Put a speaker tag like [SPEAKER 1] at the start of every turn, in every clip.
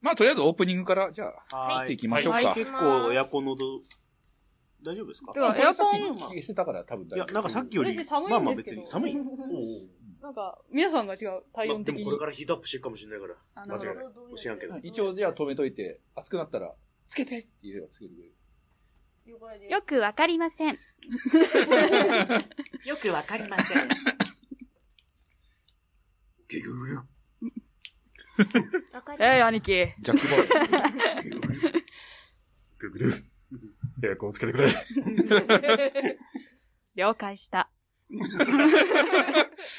[SPEAKER 1] まあ、とりあえずオープニングから、じゃあ、
[SPEAKER 2] は
[SPEAKER 1] 行きましょうか
[SPEAKER 2] はい結構エアコンの音、大丈夫ですか
[SPEAKER 3] ではエアコン、
[SPEAKER 1] 消せたから多分
[SPEAKER 2] いや、なんかさっきより、
[SPEAKER 3] 私寒いんですけ
[SPEAKER 2] まあまあ別
[SPEAKER 3] ど
[SPEAKER 2] に寒い。おう
[SPEAKER 3] なんか、皆さんが違う、体
[SPEAKER 2] おうまあ
[SPEAKER 3] 温
[SPEAKER 2] でも
[SPEAKER 3] 的に。
[SPEAKER 2] これからヒートアップしていくかもしれないから、
[SPEAKER 3] あ
[SPEAKER 2] 間違い
[SPEAKER 3] な
[SPEAKER 2] な
[SPEAKER 3] る
[SPEAKER 2] い。知らんけど。
[SPEAKER 1] 一応、じゃあ止めといて、熱くなったら、つけてって言えばつけてくれる。
[SPEAKER 4] よくわかりません。
[SPEAKER 5] よくわかり ません。
[SPEAKER 2] ギググ
[SPEAKER 5] わか
[SPEAKER 3] えい、兄貴。
[SPEAKER 1] ジャックボール。
[SPEAKER 2] グ ググエアコンつけてくれ。
[SPEAKER 4] 了解した。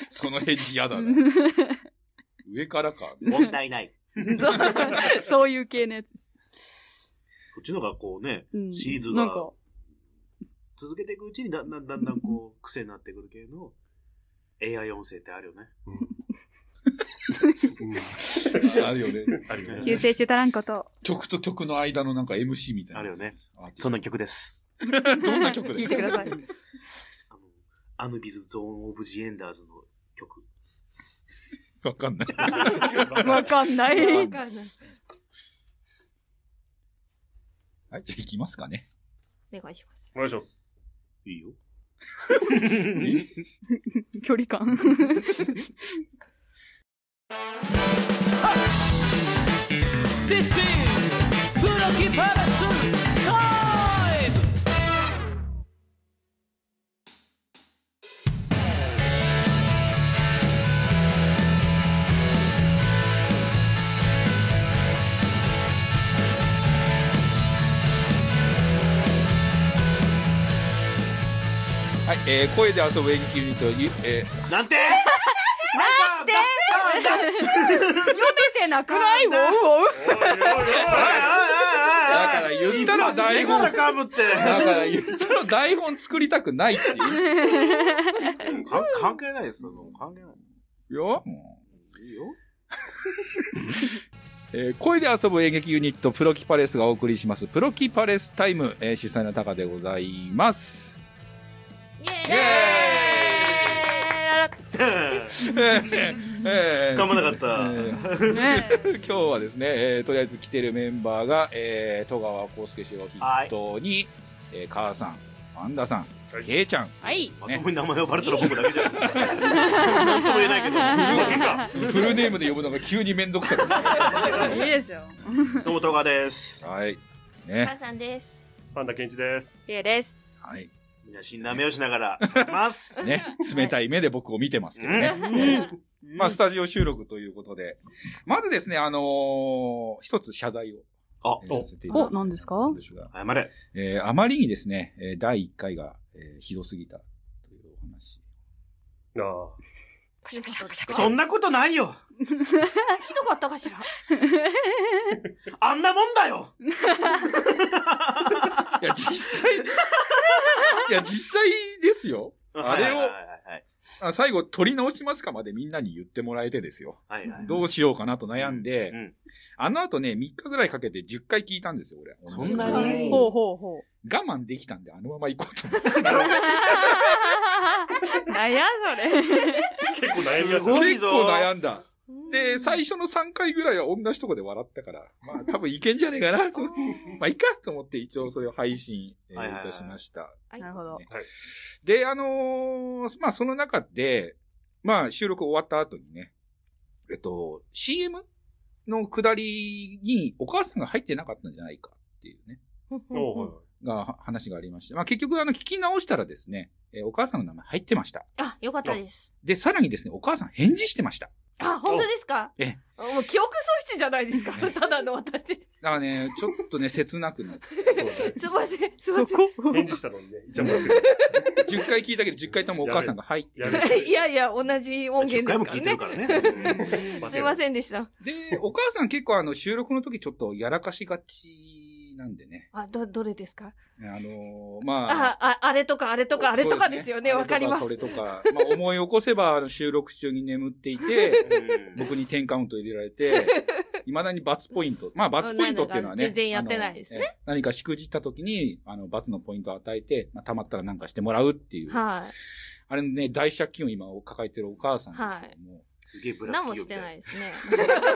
[SPEAKER 1] その返事嫌だな。上からか。
[SPEAKER 2] 問題ない。
[SPEAKER 3] そういう系のやつです。
[SPEAKER 2] こっちの学校ね
[SPEAKER 3] う、ん
[SPEAKER 2] シーズン
[SPEAKER 3] なん
[SPEAKER 2] が
[SPEAKER 3] か、
[SPEAKER 2] 続けていくうちにだんだんだんだんこう、癖になってくる系の AI 音声ってあるよね。
[SPEAKER 1] あるよね。
[SPEAKER 6] あるよね。
[SPEAKER 4] 救世主足らんことを。
[SPEAKER 1] 曲と曲の間のなんか MC みたいな。
[SPEAKER 2] あるよね。
[SPEAKER 1] あ
[SPEAKER 2] そんな曲です。
[SPEAKER 1] どんな曲だ
[SPEAKER 3] 聞いてください。
[SPEAKER 2] あの、アヌビズ・ゾーン・オブ・ジ・エンダーズの曲。
[SPEAKER 1] わかんない。
[SPEAKER 3] わかんない。
[SPEAKER 1] わ
[SPEAKER 3] は
[SPEAKER 1] はい、じゃあ行きますかね。
[SPEAKER 3] お願いしま
[SPEAKER 6] お願いします。
[SPEAKER 2] いいよ。
[SPEAKER 3] す。距離感。
[SPEAKER 7] This is Budoki Palace Live!
[SPEAKER 1] はい、えー、声で遊ぶ演劇ユニット、ゆえー、
[SPEAKER 2] なんてなんて
[SPEAKER 3] 出てなくない ウォウウォウ
[SPEAKER 2] だか
[SPEAKER 1] だから言ったら台本
[SPEAKER 2] だからかぶって。
[SPEAKER 1] だから言ったら台本作りたくないっていう。
[SPEAKER 2] か関係ないですよ。関係ない。
[SPEAKER 1] よ、もう
[SPEAKER 2] いいよ。
[SPEAKER 1] えー声で遊ぶ演劇ユニットプロキパレスがお送りしますプロキパレスタイム、えー主催のタカでございます。イえー
[SPEAKER 2] 頑張らなかった
[SPEAKER 1] えー
[SPEAKER 3] ね
[SPEAKER 1] 今日はですね、えーとりあえず来てるメンバーが、えー戸川康介氏を筆頭に、えー母さん、パンダさん、
[SPEAKER 6] はい
[SPEAKER 1] ケイちゃん、
[SPEAKER 3] はい。
[SPEAKER 2] まともに名前呼ばれたら僕だけじゃないですか。なんとも言えないけど。
[SPEAKER 1] フルネームで呼ぶのが急にめんどくさくなる
[SPEAKER 3] いいですよ。
[SPEAKER 2] どうも、戸川です。
[SPEAKER 1] はい。ね。
[SPEAKER 4] さんです。
[SPEAKER 6] パンダケンイチです。
[SPEAKER 4] ゆうです。
[SPEAKER 1] はい。
[SPEAKER 2] みんな死んだ目をしながら、やってます。
[SPEAKER 1] ね。冷たい目で僕を見てますけどね。まあ、スタジオ収録ということで。まずですね、あのー一つ謝罪を。
[SPEAKER 2] あ
[SPEAKER 1] えーさせていただ
[SPEAKER 3] お、
[SPEAKER 1] きたい
[SPEAKER 3] 何ですか
[SPEAKER 1] なんですが、
[SPEAKER 2] 謝れ。
[SPEAKER 1] えーあまりにですね、えー第1回が、えーひどすぎたというお話。
[SPEAKER 6] ああ。
[SPEAKER 2] そんなことないよ。
[SPEAKER 5] ひどかったかしら
[SPEAKER 2] あんなもんだよ。
[SPEAKER 1] いや、実際、いや、実際ですよ。あれを
[SPEAKER 2] はいはい
[SPEAKER 1] あ最後、取り直しますかまでみんなに言ってもらえてですよ。
[SPEAKER 2] はいはい。はいはい
[SPEAKER 1] どうしようかなと悩んで、
[SPEAKER 2] うんうん
[SPEAKER 1] あの後ね、3日ぐらいかけて10回聞いたんですよ、俺。
[SPEAKER 2] そんな
[SPEAKER 1] 我
[SPEAKER 2] に
[SPEAKER 3] ほうほうほ
[SPEAKER 1] 慢できたんで、あのまま行こうと思って。
[SPEAKER 3] う。 なんや、それ。
[SPEAKER 6] 結構悩み
[SPEAKER 2] す
[SPEAKER 6] ましたね
[SPEAKER 2] ごい
[SPEAKER 1] 結
[SPEAKER 2] ぞ
[SPEAKER 1] 構悩んだ。で、最初の3回ぐらいは同じとこで笑ったから、 まあ多分いけんじゃねえかなと、まあいいかと思って一応それを配信、えー
[SPEAKER 2] はいはいはい
[SPEAKER 1] いたしました。
[SPEAKER 3] なるほど。
[SPEAKER 1] で、あのーまあその中で、まあ収録終わった後にね、えっと、CM の下りにお母さんが入ってなかったんじゃないかっていうね、
[SPEAKER 6] おうはいはい
[SPEAKER 1] がは話がありまして、まあ結局あの聞き直したらですね、えーお母さんの名前入ってました。
[SPEAKER 5] あ、よかったです。
[SPEAKER 1] で、さらにですね、お母さん返事してました。
[SPEAKER 5] あ、本当ですか
[SPEAKER 1] ええ
[SPEAKER 5] もう記憶喪失じゃないですか。ただの私。
[SPEAKER 1] だからね、ちょっとね、切なくなって
[SPEAKER 6] そうだね
[SPEAKER 5] すいません、すい
[SPEAKER 3] そ
[SPEAKER 5] ませ
[SPEAKER 3] こ
[SPEAKER 6] 返事したのにね、いちゃもらってる。
[SPEAKER 1] 10回聞いたけど、10回ともお母さんが入って
[SPEAKER 6] や
[SPEAKER 1] る
[SPEAKER 6] べ
[SPEAKER 5] ん。 いやいや、同じ音源です
[SPEAKER 2] 10
[SPEAKER 5] か
[SPEAKER 2] 回
[SPEAKER 5] ら
[SPEAKER 2] も聞いてるから
[SPEAKER 5] ね。
[SPEAKER 2] ね。
[SPEAKER 5] すいませんでした。
[SPEAKER 1] で、お母さん結構あの、収録の時ちょっとやらかしがちなんでね。
[SPEAKER 5] あ、ど、どれですか
[SPEAKER 1] あのーまあ。
[SPEAKER 5] あ、あ、あれとか、あれとか、あれとかですよね。
[SPEAKER 1] そう
[SPEAKER 5] わかります
[SPEAKER 1] あ。れとか、それとか。まあ、思い起こせば、あの収録中に眠ってい て、
[SPEAKER 2] うん
[SPEAKER 1] 僕に10カウント入れられて、未だに罰ポイント。まあ、罰ポイントっていうのはね。
[SPEAKER 5] 全然やってないですね
[SPEAKER 1] あの。ええ何かしくじった時に、あの、罰のポイントを与えて、まあ、溜まったらなんかしてもらうっていう。
[SPEAKER 5] は
[SPEAKER 1] あれね、大借金を今抱えてるお母さんですけども、
[SPEAKER 2] すげえブラッ
[SPEAKER 5] 何
[SPEAKER 2] キ
[SPEAKER 5] も
[SPEAKER 2] ーよみ
[SPEAKER 5] し
[SPEAKER 2] た
[SPEAKER 5] て
[SPEAKER 2] いな
[SPEAKER 5] ないですね。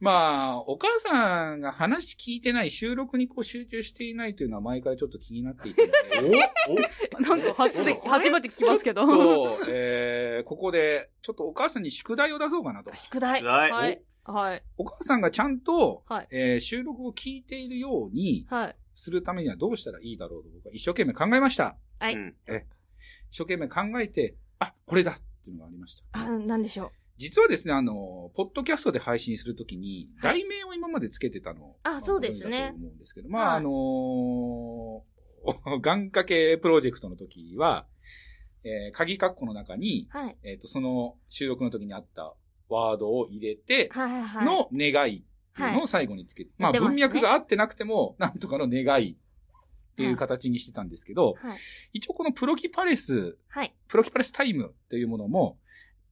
[SPEAKER 1] まあ、お母さんが話聞いてない、収録にこう集中していないというのは前からちょっと気になっていて、
[SPEAKER 3] なんか初で、初めて聞きますけど。
[SPEAKER 1] と、えー、ここで、ちょっとお母さんに宿題を出そうかなと。
[SPEAKER 5] 宿題。
[SPEAKER 2] 宿題
[SPEAKER 5] はい。はい。
[SPEAKER 1] お母さんがちゃんと、
[SPEAKER 5] はい
[SPEAKER 1] えー収録を聞いているように
[SPEAKER 5] はい。
[SPEAKER 1] するためにはどうしたらいいだろうと僕は一生懸命考えました。
[SPEAKER 5] はい
[SPEAKER 2] うん
[SPEAKER 1] 一生懸命考えて、あ、これだっていうのがありました。
[SPEAKER 5] あ、なんでしょう。
[SPEAKER 1] 実はですね、あの、ポッドキャストで配信するときに、題名を今までつけてたの。
[SPEAKER 5] あ
[SPEAKER 1] ま
[SPEAKER 5] そうですね
[SPEAKER 1] ご存知だと思うんですけど、まあ、
[SPEAKER 5] はい
[SPEAKER 1] あのー、 願掛けプロジェクトの時は、えー鍵括弧の中に、
[SPEAKER 5] はい。
[SPEAKER 1] えっ、と、その収録の時にあったワードを入れて、
[SPEAKER 5] はいはい。
[SPEAKER 1] の願いっていうのを最後につけて、
[SPEAKER 5] やっ
[SPEAKER 1] まあ、
[SPEAKER 5] てます
[SPEAKER 1] 文
[SPEAKER 5] ね
[SPEAKER 1] 脈が合ってなくても、なんとかの願いっていう形にしてたんですけど、
[SPEAKER 5] はい。
[SPEAKER 1] 一応このプロキパレス、
[SPEAKER 5] はい。
[SPEAKER 1] プロキパレスタイムというものも、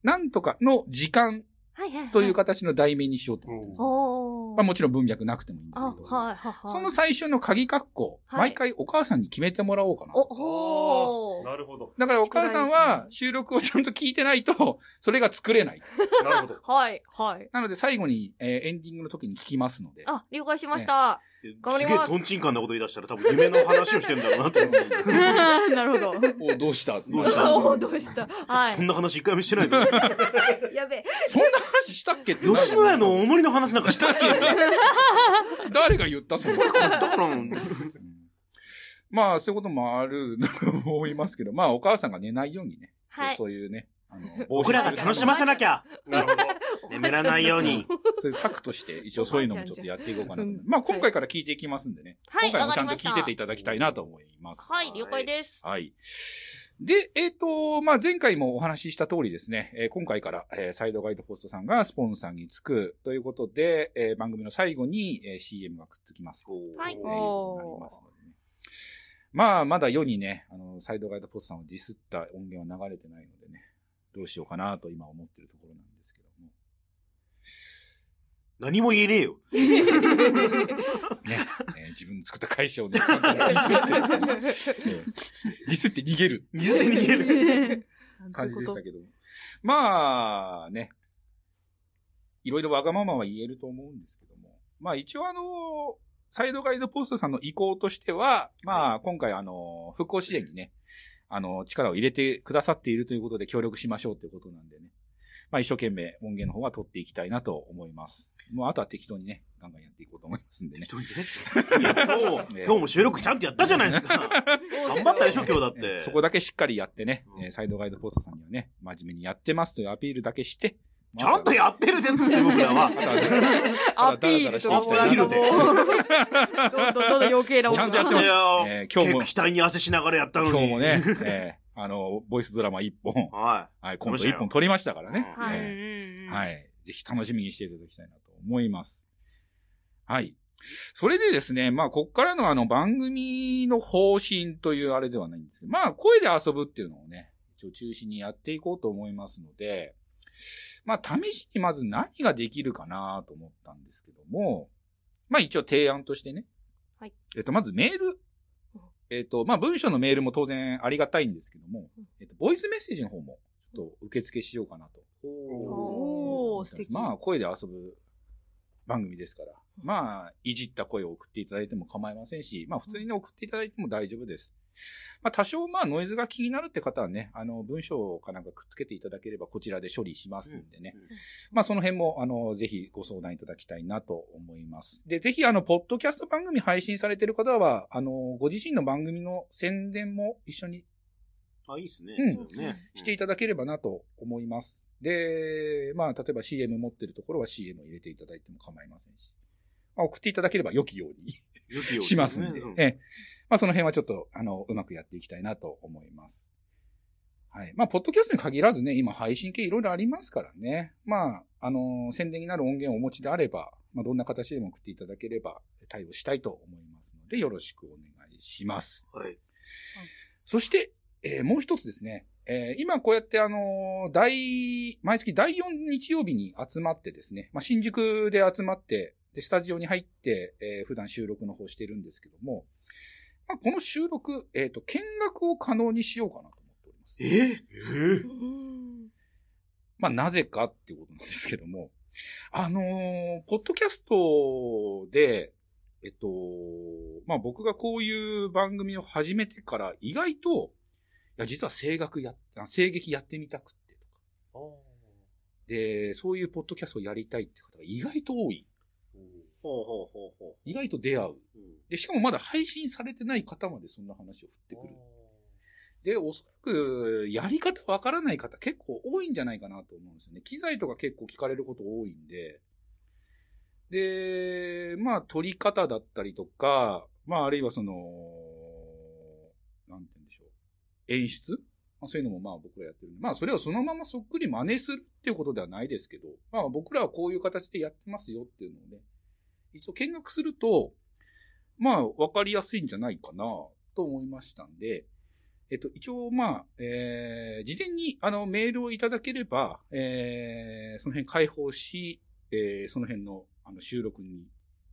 [SPEAKER 1] なんとかの時間
[SPEAKER 5] はいはい。
[SPEAKER 1] という。形の題名にしようと思ってます。
[SPEAKER 5] おー。
[SPEAKER 1] まあもちろん文脈なくてもいいんです
[SPEAKER 5] あ、
[SPEAKER 1] け
[SPEAKER 5] はい
[SPEAKER 1] ど。
[SPEAKER 5] はいはい。
[SPEAKER 1] その最初の鍵括弧、
[SPEAKER 5] はい
[SPEAKER 1] 毎回お母さんに決めてもらおうかな。
[SPEAKER 5] お、ほー。
[SPEAKER 6] なるほど。
[SPEAKER 1] だからお母さん
[SPEAKER 5] 宿題です
[SPEAKER 1] は
[SPEAKER 5] ね
[SPEAKER 1] 収録をちゃんと聞いてないと、それが作れない。
[SPEAKER 6] なるほど。
[SPEAKER 5] はい、はい。
[SPEAKER 1] なので最後に、えーエンディングの時に聞きますので。
[SPEAKER 5] あ、了解しました。頑張り
[SPEAKER 2] す
[SPEAKER 5] ます
[SPEAKER 2] げえトンチンカンなこと言い出したら多分夢の話をしてんだろうなと思う。
[SPEAKER 3] なるほど。
[SPEAKER 1] おどうした
[SPEAKER 2] どうし
[SPEAKER 5] お
[SPEAKER 2] た
[SPEAKER 5] おーどうしたは
[SPEAKER 2] そん
[SPEAKER 5] い。
[SPEAKER 2] な話一回もしてないぞ。
[SPEAKER 5] やべえ。
[SPEAKER 1] そんな話したっけってなる
[SPEAKER 2] 吉野家のお守りの話なんか したっけ
[SPEAKER 1] 誰が言ったそんな
[SPEAKER 2] だから、
[SPEAKER 1] まあ、そういうこともあると思いますけど、まあ、お母さんが寝ないようにね、
[SPEAKER 5] はい。
[SPEAKER 1] そういうね、あの、
[SPEAKER 2] 僕らが楽しませなきゃ
[SPEAKER 6] なるほど。
[SPEAKER 2] 眠らないように。
[SPEAKER 1] そういう策として、一応そういうのもちょっとやっていこうかなと思います。まあ、今回から聞いていきますんでね。
[SPEAKER 5] はい、
[SPEAKER 1] 今回
[SPEAKER 5] わ
[SPEAKER 1] もち
[SPEAKER 5] か
[SPEAKER 1] ゃ
[SPEAKER 5] り
[SPEAKER 1] んと
[SPEAKER 5] ました。
[SPEAKER 1] 聞いてていただきたいなと思います。
[SPEAKER 5] はい、了解です。
[SPEAKER 1] はい。で、えっ、と、まあ、前回もお話しした通りですね、えー今回から、えーサイドガイドポストさんがスポンサーにつくということで、えー番組の最後に、えー CM がくっつきます。
[SPEAKER 5] はい
[SPEAKER 1] えーなりますのでね。まあ、まだ世にね、あの、サイドガイドポストさんをディスった音源は流れてないのでね、どうしようかなと今思ってるところなんですけども。
[SPEAKER 2] 何も言えねえよ。
[SPEAKER 1] ね、えー自分の作った会社をね、ちゃんとディスってですね、えーディスって逃げる
[SPEAKER 2] 水で逃げる。
[SPEAKER 1] 感じでしたけど。まあ、ね。いろいろわがままは言えると思うんですけども。まあ一応あの、サイドガイドポストさんの意向としては、まあ今回あの、復興支援にね、あの、力を入れてくださっているということで協力しましょうということなんでね。まあ一生懸命音源の方は取っていきたいなと思います。もうあとは適当にね、ガンガンやっていこうと思いますんでね。
[SPEAKER 2] 一人でね今日、今日も収録ちゃんとやったじゃないですか。頑張ったでしょ、今日だっ
[SPEAKER 1] えー
[SPEAKER 2] て。
[SPEAKER 1] そこだけしっかりやってね、
[SPEAKER 2] うん
[SPEAKER 1] えーサイドガイドポストさんにはね、真面目にやってますというアピールだけして、
[SPEAKER 2] ちゃんとやってるですね、僕ら は。
[SPEAKER 3] アピールと
[SPEAKER 2] アピールで
[SPEAKER 3] どんどん どんどん余計な
[SPEAKER 1] ちゃんとやってま
[SPEAKER 2] い
[SPEAKER 1] すえー
[SPEAKER 2] や
[SPEAKER 1] 今日
[SPEAKER 2] 結
[SPEAKER 1] も
[SPEAKER 2] 構、額に汗しながらやったの
[SPEAKER 1] 今
[SPEAKER 2] に。
[SPEAKER 1] 日もね、えーあの、ボイスドラマ1本、
[SPEAKER 2] は
[SPEAKER 1] はい、コント
[SPEAKER 2] そうで
[SPEAKER 1] 1
[SPEAKER 2] したよ
[SPEAKER 1] 本撮りましたからね。
[SPEAKER 2] うん
[SPEAKER 5] は
[SPEAKER 1] えー
[SPEAKER 5] い。
[SPEAKER 1] はい。ぜひ楽しみにしていただきたいなと思います。はい。それでですね、まあ、こっからのあの番組の方針というあれではないんですけど、まあ、声で遊ぶっていうのをね、一応中心にやっていこうと思いますので、まあ、試しにまず何ができるかなと思ったんですけども、まあ、一応提案としてね。
[SPEAKER 5] はい。
[SPEAKER 1] えっと、まずメール。えっと、まあ、文章のメールも当然ありがたいんですけども、えっと、ボイスメッセージの方も、ちょっと受付しようかなと。
[SPEAKER 5] おー、素敵。
[SPEAKER 1] まあ、声で遊ぶ番組ですから。まあ、いじった声を送っていただいても構いませんし、まあ、普通に送っていただいても大丈夫です。まあ、多少、まあ、ノイズが気になるって方はね、あの、文章かなんかくっつけていただければ、こちらで処理しますんでね。
[SPEAKER 2] うんうん
[SPEAKER 1] まあ、その辺も、あの、ぜひご相談いただきたいなと思います。で、ぜひ、あの、ポッドキャスト番組配信されてる方は、あの、ご自身の番組の宣伝も一緒に
[SPEAKER 2] い。あ、いいっすね。
[SPEAKER 1] うん
[SPEAKER 2] ね
[SPEAKER 1] していただければなと思います。で、まあ、例えば CM 持ってるところは CM を入れていただいても構いませんし、まあ、送っていただければ良きように
[SPEAKER 2] 良きようにね
[SPEAKER 1] しますんで、
[SPEAKER 2] う
[SPEAKER 1] ええまあ、その辺はちょっと、あの、うまくやっていきたいなと思います。はい。まあ、ポッドキャストに限らずね、今配信系いろいろありますからね。まあ、あの宣伝になる音源をお持ちであれば、まあ、どんな形でも送っていただければ対応したいと思いますので、よろしくお願いします。
[SPEAKER 2] はい。
[SPEAKER 1] そして、えーもう一つですね。えー今こうやってあのー第、毎月第4日曜日に集まってですね、まあ、新宿で集まって、で、スタジオに入って、えー普段収録の方してるんですけども、まあ、この収録、えっ、と、見学を可能にしようかなと思っております。
[SPEAKER 2] ええ
[SPEAKER 5] うん
[SPEAKER 1] まあなぜかっていうことなんですけども、あのーポッドキャストで、えっと、まあ僕がこういう番組を始めてから意外と、いや実は声楽や、あ声劇やってみたくってとか、で、そういうポッドキャストをやりたいって方が意外と多い。
[SPEAKER 2] ほうほうほうほ
[SPEAKER 1] 意外と出会う。
[SPEAKER 2] う。うん
[SPEAKER 1] で、しかもまだ配信されてない方までそんな話を振ってくる。で、おそらく、やり方わからない方結構多いんじゃないかなと思うんですよね。機材とか結構聞かれること多いんで。で、まあ、撮り方だったりとか、まあ、あるいはその、なんて言うんでしょう。演出まあ、そういうのもまあ僕らやってるんで。まあ、それをそのままそっくり真似するっていうことではないですけど、まあ僕らはこういう形でやってますよっていうのをね、一応見学すると、まあ、わかりやすいんじゃないかな、と思いましたんで、えっと、一応、まあ、えー、事前に、あの、メールをいただければ、えー、その辺開放し、えー、その辺の、あの、収録に、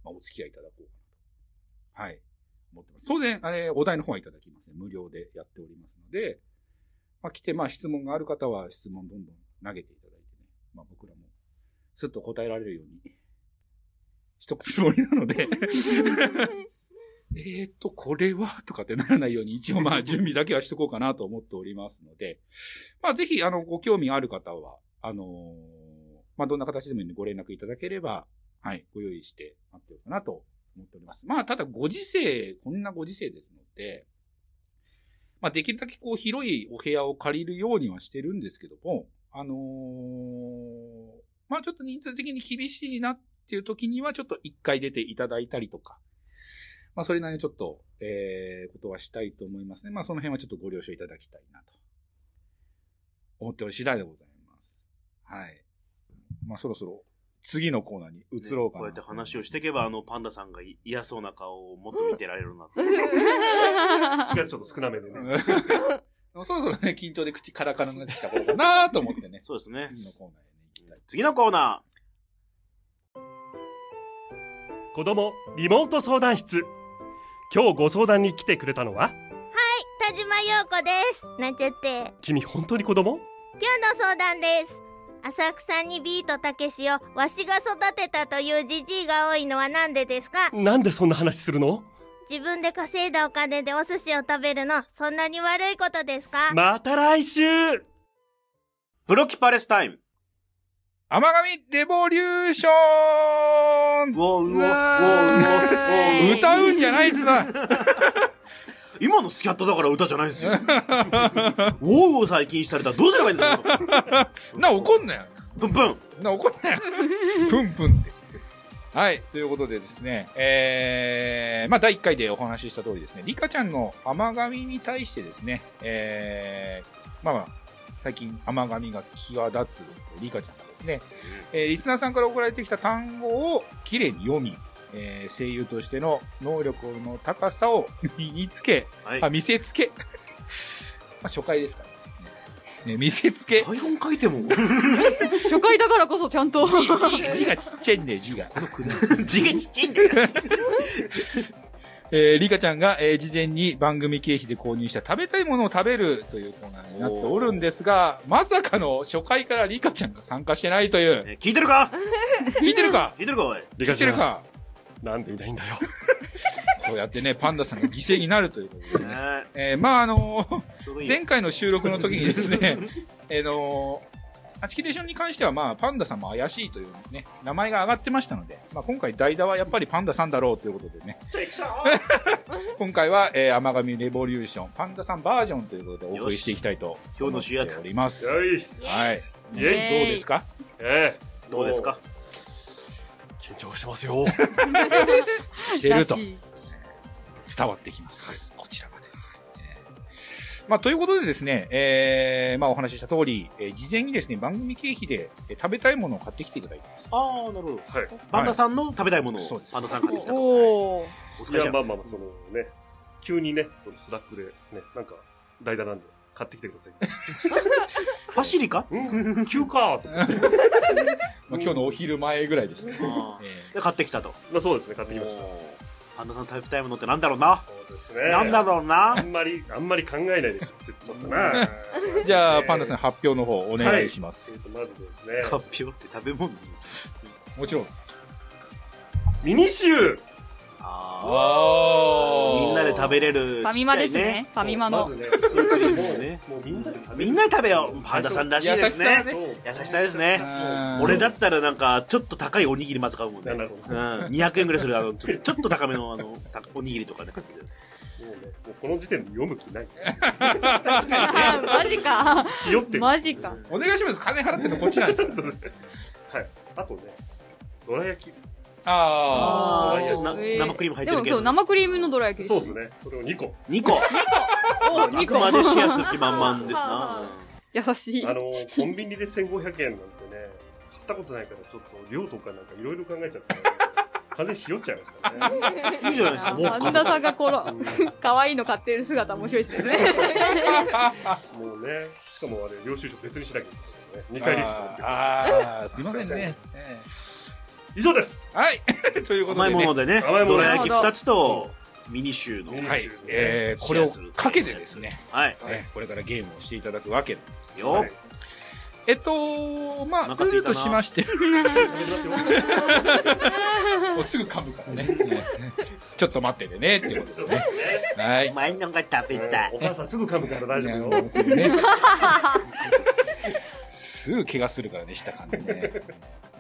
[SPEAKER 1] まあ、お付き合いいただこうかなと。はい。思ってます。当然、えー、お題の方はいただきません。無料でやっておりますので、まあ、来て、まあ、質問がある方は、質問どんどん投げていただいてね、まあ、僕らも、すっと答えられるように、 しとくつもりなので、えーと、これはとかってならないように、一応まあ準備だけはしとこうかなと思っておりますので、まあぜひ、あの、ご興味ある方は、あのーまあどんな形でもいいのでご連絡いただければ、はい、ご用意して待っておうかなと思っております。まあただご時世、こんなご時世ですので、まあできるだけこう広いお部屋を借りるようにはしてるんですけども、あのーまあちょっと人数的に厳しいなっていう時には、ちょっと一回出ていただいたりとか、まあ、それなりにちょっと、えー、ことはしたいと思いますね。まあ、その辺はちょっとご了承いただきたいなと。思っておる次第でございます。はい。まあ、そろそろ、次のコーナーに移ろうかな、
[SPEAKER 2] こうやって話をしていけば、あの、パンダさんがい嫌そうな顔をもっと見てられるなって。。
[SPEAKER 6] 口がちょっと少なめでね。
[SPEAKER 1] うんそろそろね、緊張で口カラカラになってきた頃かなと思ってね
[SPEAKER 2] そうですね。
[SPEAKER 1] 次のコーナーに行きたい。
[SPEAKER 2] 次のコーナ
[SPEAKER 6] 子供リモート相談室。今日ご相談に来てくれたのは、
[SPEAKER 8] 田島陽子ですなんちゃって
[SPEAKER 6] 君本当に子供
[SPEAKER 8] 今日の相談です浅草にビートたけしをわしが育てたというじじいが多いのはなんでですか
[SPEAKER 6] なんでそんな話するの
[SPEAKER 8] 自分で稼いだお金でお寿司を食べるのそんなに悪いことですか
[SPEAKER 6] また来週
[SPEAKER 2] ー、プロキパレスタイム。
[SPEAKER 1] 甘神レボリューション
[SPEAKER 2] うおうおうおうおうお
[SPEAKER 3] ー
[SPEAKER 2] う
[SPEAKER 3] い
[SPEAKER 1] 歌うんじゃないっつな
[SPEAKER 2] 今のスキャットだから歌じゃな いですよ。ウォーウォー最近したれたらどうすればいいんだろ う。
[SPEAKER 1] な、怒んなよ
[SPEAKER 2] ブンブン。
[SPEAKER 1] な怒んなよプンプンって。はい。ということでですね、えー、まあ、第1回でお話しした通りですね、リカちゃんの甘髪に対してですね、えー、まあまあ、最近甘髪が際立つリカちゃんがですね、えーリスナーさんから送られてきた単語をきれいに読み、えー声優としての能力の高さを 身につけ、
[SPEAKER 2] はい
[SPEAKER 1] あ、。見せつけ、ま あ、初回ですからね。ね見せつ け、
[SPEAKER 2] 台本書いても。
[SPEAKER 3] 初回だからこそちゃんと。
[SPEAKER 1] 字字がちっちゃいんだよ、字が。
[SPEAKER 2] 字がちっちゃいんだよ。
[SPEAKER 1] えー、リカちゃんが、えー事前に番組経費で購入した食べたいものを食べるというコーナーになっておるんですが、まさかの初回からリカちゃんが参加してないという。
[SPEAKER 2] ね聞いてるか
[SPEAKER 1] 聞いてるか
[SPEAKER 2] 聞いてるかおい。
[SPEAKER 6] リ
[SPEAKER 1] 聞いてる
[SPEAKER 6] ん
[SPEAKER 1] か
[SPEAKER 6] なんでいないんだよ。
[SPEAKER 1] こうやってね、パンダさんが犠牲になるということでございます。
[SPEAKER 2] ね
[SPEAKER 1] えーまああのー
[SPEAKER 2] ちょうどいい。
[SPEAKER 1] 前回の収録の時にですね、 えーのーアチキレーションに関しては、まあ、パンダさんも怪しいというね、名前が挙がってましたので、まあ、今回代打はやっぱりパンダさんだろうということでね。 今回は、えー、甘神レボリューション、パンダさんバージョンということでお送りしていきたいと
[SPEAKER 2] 今日
[SPEAKER 1] 思
[SPEAKER 2] の
[SPEAKER 1] っ
[SPEAKER 2] 主
[SPEAKER 1] て
[SPEAKER 2] 役
[SPEAKER 1] おります。
[SPEAKER 6] よいっす
[SPEAKER 1] はい。ど
[SPEAKER 6] イ
[SPEAKER 1] う
[SPEAKER 6] ェイ
[SPEAKER 3] イ
[SPEAKER 1] ですか
[SPEAKER 6] ええ
[SPEAKER 2] どうですか
[SPEAKER 6] 緊張してますよ。
[SPEAKER 1] してると
[SPEAKER 3] だし
[SPEAKER 1] 伝わってきます。こちらまで。えーまあ、ということでですね、えーまあ、お話しした通り、えー事前にですね、番組経費で、えー食べたいものを買ってきていただいてます。
[SPEAKER 2] ああ、なるほど。
[SPEAKER 6] はい。
[SPEAKER 2] パンダさんの食べたいものを
[SPEAKER 1] そうです
[SPEAKER 2] パンダさん買ってきたと。お
[SPEAKER 3] おー。
[SPEAKER 6] い
[SPEAKER 2] 疲れ
[SPEAKER 6] や、
[SPEAKER 2] 様。
[SPEAKER 6] まあまあまあ、そのね、急にね、そのスラックでね、なんか、代打なんで、買ってきてください。
[SPEAKER 2] パシリか
[SPEAKER 6] うん急かーと思って。
[SPEAKER 1] まあ、今日のお昼前ぐらいですね。
[SPEAKER 2] あー
[SPEAKER 1] え
[SPEAKER 2] で買ってきたと。
[SPEAKER 6] まあそうですね、買ってきまし
[SPEAKER 2] 半田さんタイプタイムのってなんだろうな。
[SPEAKER 6] そうですね
[SPEAKER 2] なんだろう
[SPEAKER 6] あ
[SPEAKER 2] な。
[SPEAKER 6] んまりあんまり考えないでちょっとな
[SPEAKER 1] じゃあ、パンダさん発表の方お願いしま
[SPEAKER 6] え
[SPEAKER 1] す
[SPEAKER 6] ー。とまずですね
[SPEAKER 2] カッピオって食べ物
[SPEAKER 1] もちろん。
[SPEAKER 6] ミニシュー
[SPEAKER 2] ああ。
[SPEAKER 1] み
[SPEAKER 2] みんなで食べれる。
[SPEAKER 3] ファミマです
[SPEAKER 2] ちっちゃい
[SPEAKER 3] ね。。ファミマの
[SPEAKER 6] まず。ね
[SPEAKER 2] スープリーム
[SPEAKER 6] もう
[SPEAKER 2] ね。
[SPEAKER 6] もうみんなで食べ
[SPEAKER 2] みんなで食べよう。パンダさんらしいですね。
[SPEAKER 1] 優しさ
[SPEAKER 6] ね
[SPEAKER 2] 優しさですね。
[SPEAKER 1] うん
[SPEAKER 2] 俺だったらなんか、ちょっと高いおにぎりまず買うもんね。
[SPEAKER 6] なる
[SPEAKER 2] う
[SPEAKER 6] ほど
[SPEAKER 2] ん。200円ぐらいする、あの、ちょちょっと高めの、あの、たおにぎりとかね、買ってくる
[SPEAKER 6] もうねもうこの時点で読む気ない
[SPEAKER 3] あマジか。
[SPEAKER 6] 気よってる
[SPEAKER 3] マジか。
[SPEAKER 1] お願いします。金払ってんのこっちなんですよ。
[SPEAKER 6] はいあとねどら焼
[SPEAKER 1] あ
[SPEAKER 3] あ
[SPEAKER 6] ー
[SPEAKER 3] ー
[SPEAKER 2] な
[SPEAKER 3] え
[SPEAKER 2] 生クリーム入って
[SPEAKER 3] で
[SPEAKER 2] る
[SPEAKER 3] も
[SPEAKER 2] け
[SPEAKER 3] そ
[SPEAKER 2] ど
[SPEAKER 3] う、生クリームのどら焼
[SPEAKER 6] き
[SPEAKER 3] き。
[SPEAKER 6] そうですねそれを2個
[SPEAKER 2] 2個。
[SPEAKER 3] お
[SPEAKER 2] あ
[SPEAKER 3] 2
[SPEAKER 2] く
[SPEAKER 3] 個。
[SPEAKER 2] までシアスって満々です な。
[SPEAKER 3] 優しい
[SPEAKER 6] あ。のーコンビニで1500円なんてね買ったことないからちょっと量とかなんかいろいろ考えちゃって完全にひよっちゃいますからね
[SPEAKER 2] いいじゃないですか、ウォ
[SPEAKER 3] あ
[SPEAKER 2] ッカ
[SPEAKER 3] 神田さんがこの、可愛いの買ってる姿面白いですね。
[SPEAKER 6] もうねしかもあれ領収書別にしなきゃいけないから
[SPEAKER 1] ー
[SPEAKER 6] ね2回できた
[SPEAKER 1] あー、すいませんね。え
[SPEAKER 6] 以上です
[SPEAKER 1] えはい。 ということ
[SPEAKER 2] 甘
[SPEAKER 1] で
[SPEAKER 2] い
[SPEAKER 1] ね
[SPEAKER 2] もの。でね、
[SPEAKER 6] 甘いも
[SPEAKER 2] ど
[SPEAKER 6] ので
[SPEAKER 2] ら焼き2つと、ミニシューの。
[SPEAKER 6] ね
[SPEAKER 1] はい。えー、これをかけてですね、
[SPEAKER 2] はい。
[SPEAKER 1] ねこれからゲームをしていただくわけなんです
[SPEAKER 2] よっ。
[SPEAKER 1] えっと、まあ、
[SPEAKER 2] お腹
[SPEAKER 1] ルー
[SPEAKER 2] すい
[SPEAKER 1] ル
[SPEAKER 2] たな
[SPEAKER 1] としまして、
[SPEAKER 6] 食べますよ
[SPEAKER 1] もうすぐ噛むからね。ねちょっと待っててね、っていうことでね。はい
[SPEAKER 2] お。前のが食べたい
[SPEAKER 6] お。母さんすぐ噛むから大丈夫
[SPEAKER 1] ね
[SPEAKER 6] よ
[SPEAKER 1] すぐねすぐ怪我するからね、した感じね。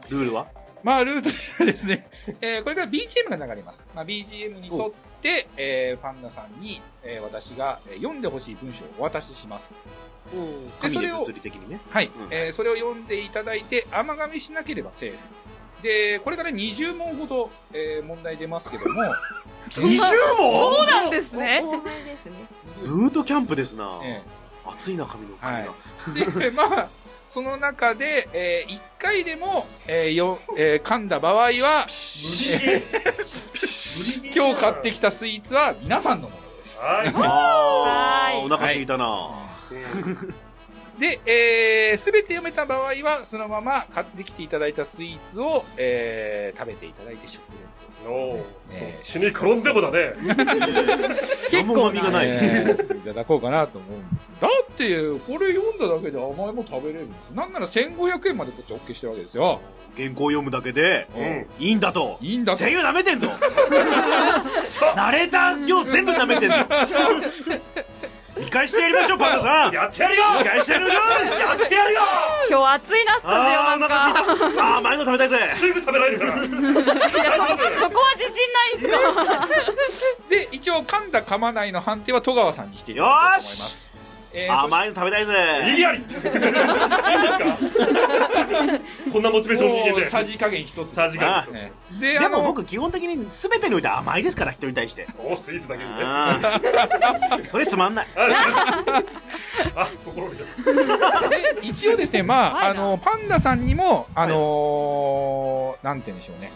[SPEAKER 2] ルールは
[SPEAKER 1] まあ、ルートとしてはですね、えーこれから BGM が流れます。まあ、BGM に沿って、えーパンダさんに、えー私がえー読んでほしい文章をお渡しします。で
[SPEAKER 2] 神
[SPEAKER 1] そ
[SPEAKER 2] で
[SPEAKER 1] れを
[SPEAKER 2] 物理的にね。
[SPEAKER 1] はい。
[SPEAKER 2] うん
[SPEAKER 1] えーそれを読んでいただいて、甘噛みしなければセーフ。で、これから20問ほど、えー問題出ますけ ども、
[SPEAKER 2] 20問
[SPEAKER 3] そうなんですね。
[SPEAKER 5] 多めですね。
[SPEAKER 2] ブートキャンプですな。
[SPEAKER 1] え
[SPEAKER 2] 暑いな、髪の毛
[SPEAKER 1] は
[SPEAKER 2] が
[SPEAKER 1] い。ーで、まあ、その中で、え1回でも、えーよえー噛んだ場合は、今日買ってきたスイーツは皆さんのものです。
[SPEAKER 6] はい
[SPEAKER 2] あー、
[SPEAKER 3] は
[SPEAKER 2] お
[SPEAKER 3] い
[SPEAKER 2] 腹すいたな。
[SPEAKER 1] で、えー、すべて読めた場合は、そのまま買ってきていただいたスイーツを、えー、食べていただいて食レポする。
[SPEAKER 6] おー
[SPEAKER 1] ね
[SPEAKER 6] 死に転んでもだね
[SPEAKER 2] 何もうまみがない。
[SPEAKER 1] えーやっていただこうかなと思うんですけど。だって、これ読んだだけで甘いもん食べれるんですよ。なんなら1500円までこっち OK してるわけですよ。
[SPEAKER 2] 原稿読むだけで、
[SPEAKER 6] うん
[SPEAKER 2] いいんだと。
[SPEAKER 1] いいんだと
[SPEAKER 2] 声優舐めてんぞナレーター今日全部舐めてんぞ見返してやりましょう、パンダさん
[SPEAKER 6] やってやるよ
[SPEAKER 2] 見返してやりましょう
[SPEAKER 6] やってやるよ
[SPEAKER 3] 今日暑いな、スタジオ
[SPEAKER 2] あー、お
[SPEAKER 3] な
[SPEAKER 2] 腹
[SPEAKER 3] んか。
[SPEAKER 2] すいたあー、甘いの食べたいぜ
[SPEAKER 6] すぐ食べられるから
[SPEAKER 3] そこは自信ないんすか
[SPEAKER 1] で、一応噛んだ噛まないの判定は戸川さんにしていただこうと思います。えー、
[SPEAKER 2] 甘いの食べたいぜ
[SPEAKER 6] 右ありいいんですかこんなモチベーション人間
[SPEAKER 1] おー
[SPEAKER 6] で
[SPEAKER 1] さじ加減一つ。
[SPEAKER 6] さじが
[SPEAKER 2] あ
[SPEAKER 1] ねで、
[SPEAKER 2] で
[SPEAKER 1] あ
[SPEAKER 2] も
[SPEAKER 1] の、
[SPEAKER 2] 僕基本的に全てにおいて甘いですから、人に対して
[SPEAKER 6] おースイーツだけにねあ
[SPEAKER 2] あー それつまんない
[SPEAKER 6] 心折れちゃっ
[SPEAKER 1] で一応ですね、 まあ、
[SPEAKER 3] 怖
[SPEAKER 1] あ
[SPEAKER 3] いな
[SPEAKER 1] の、パンダさんにも、あのーなんて言うんでしょうね。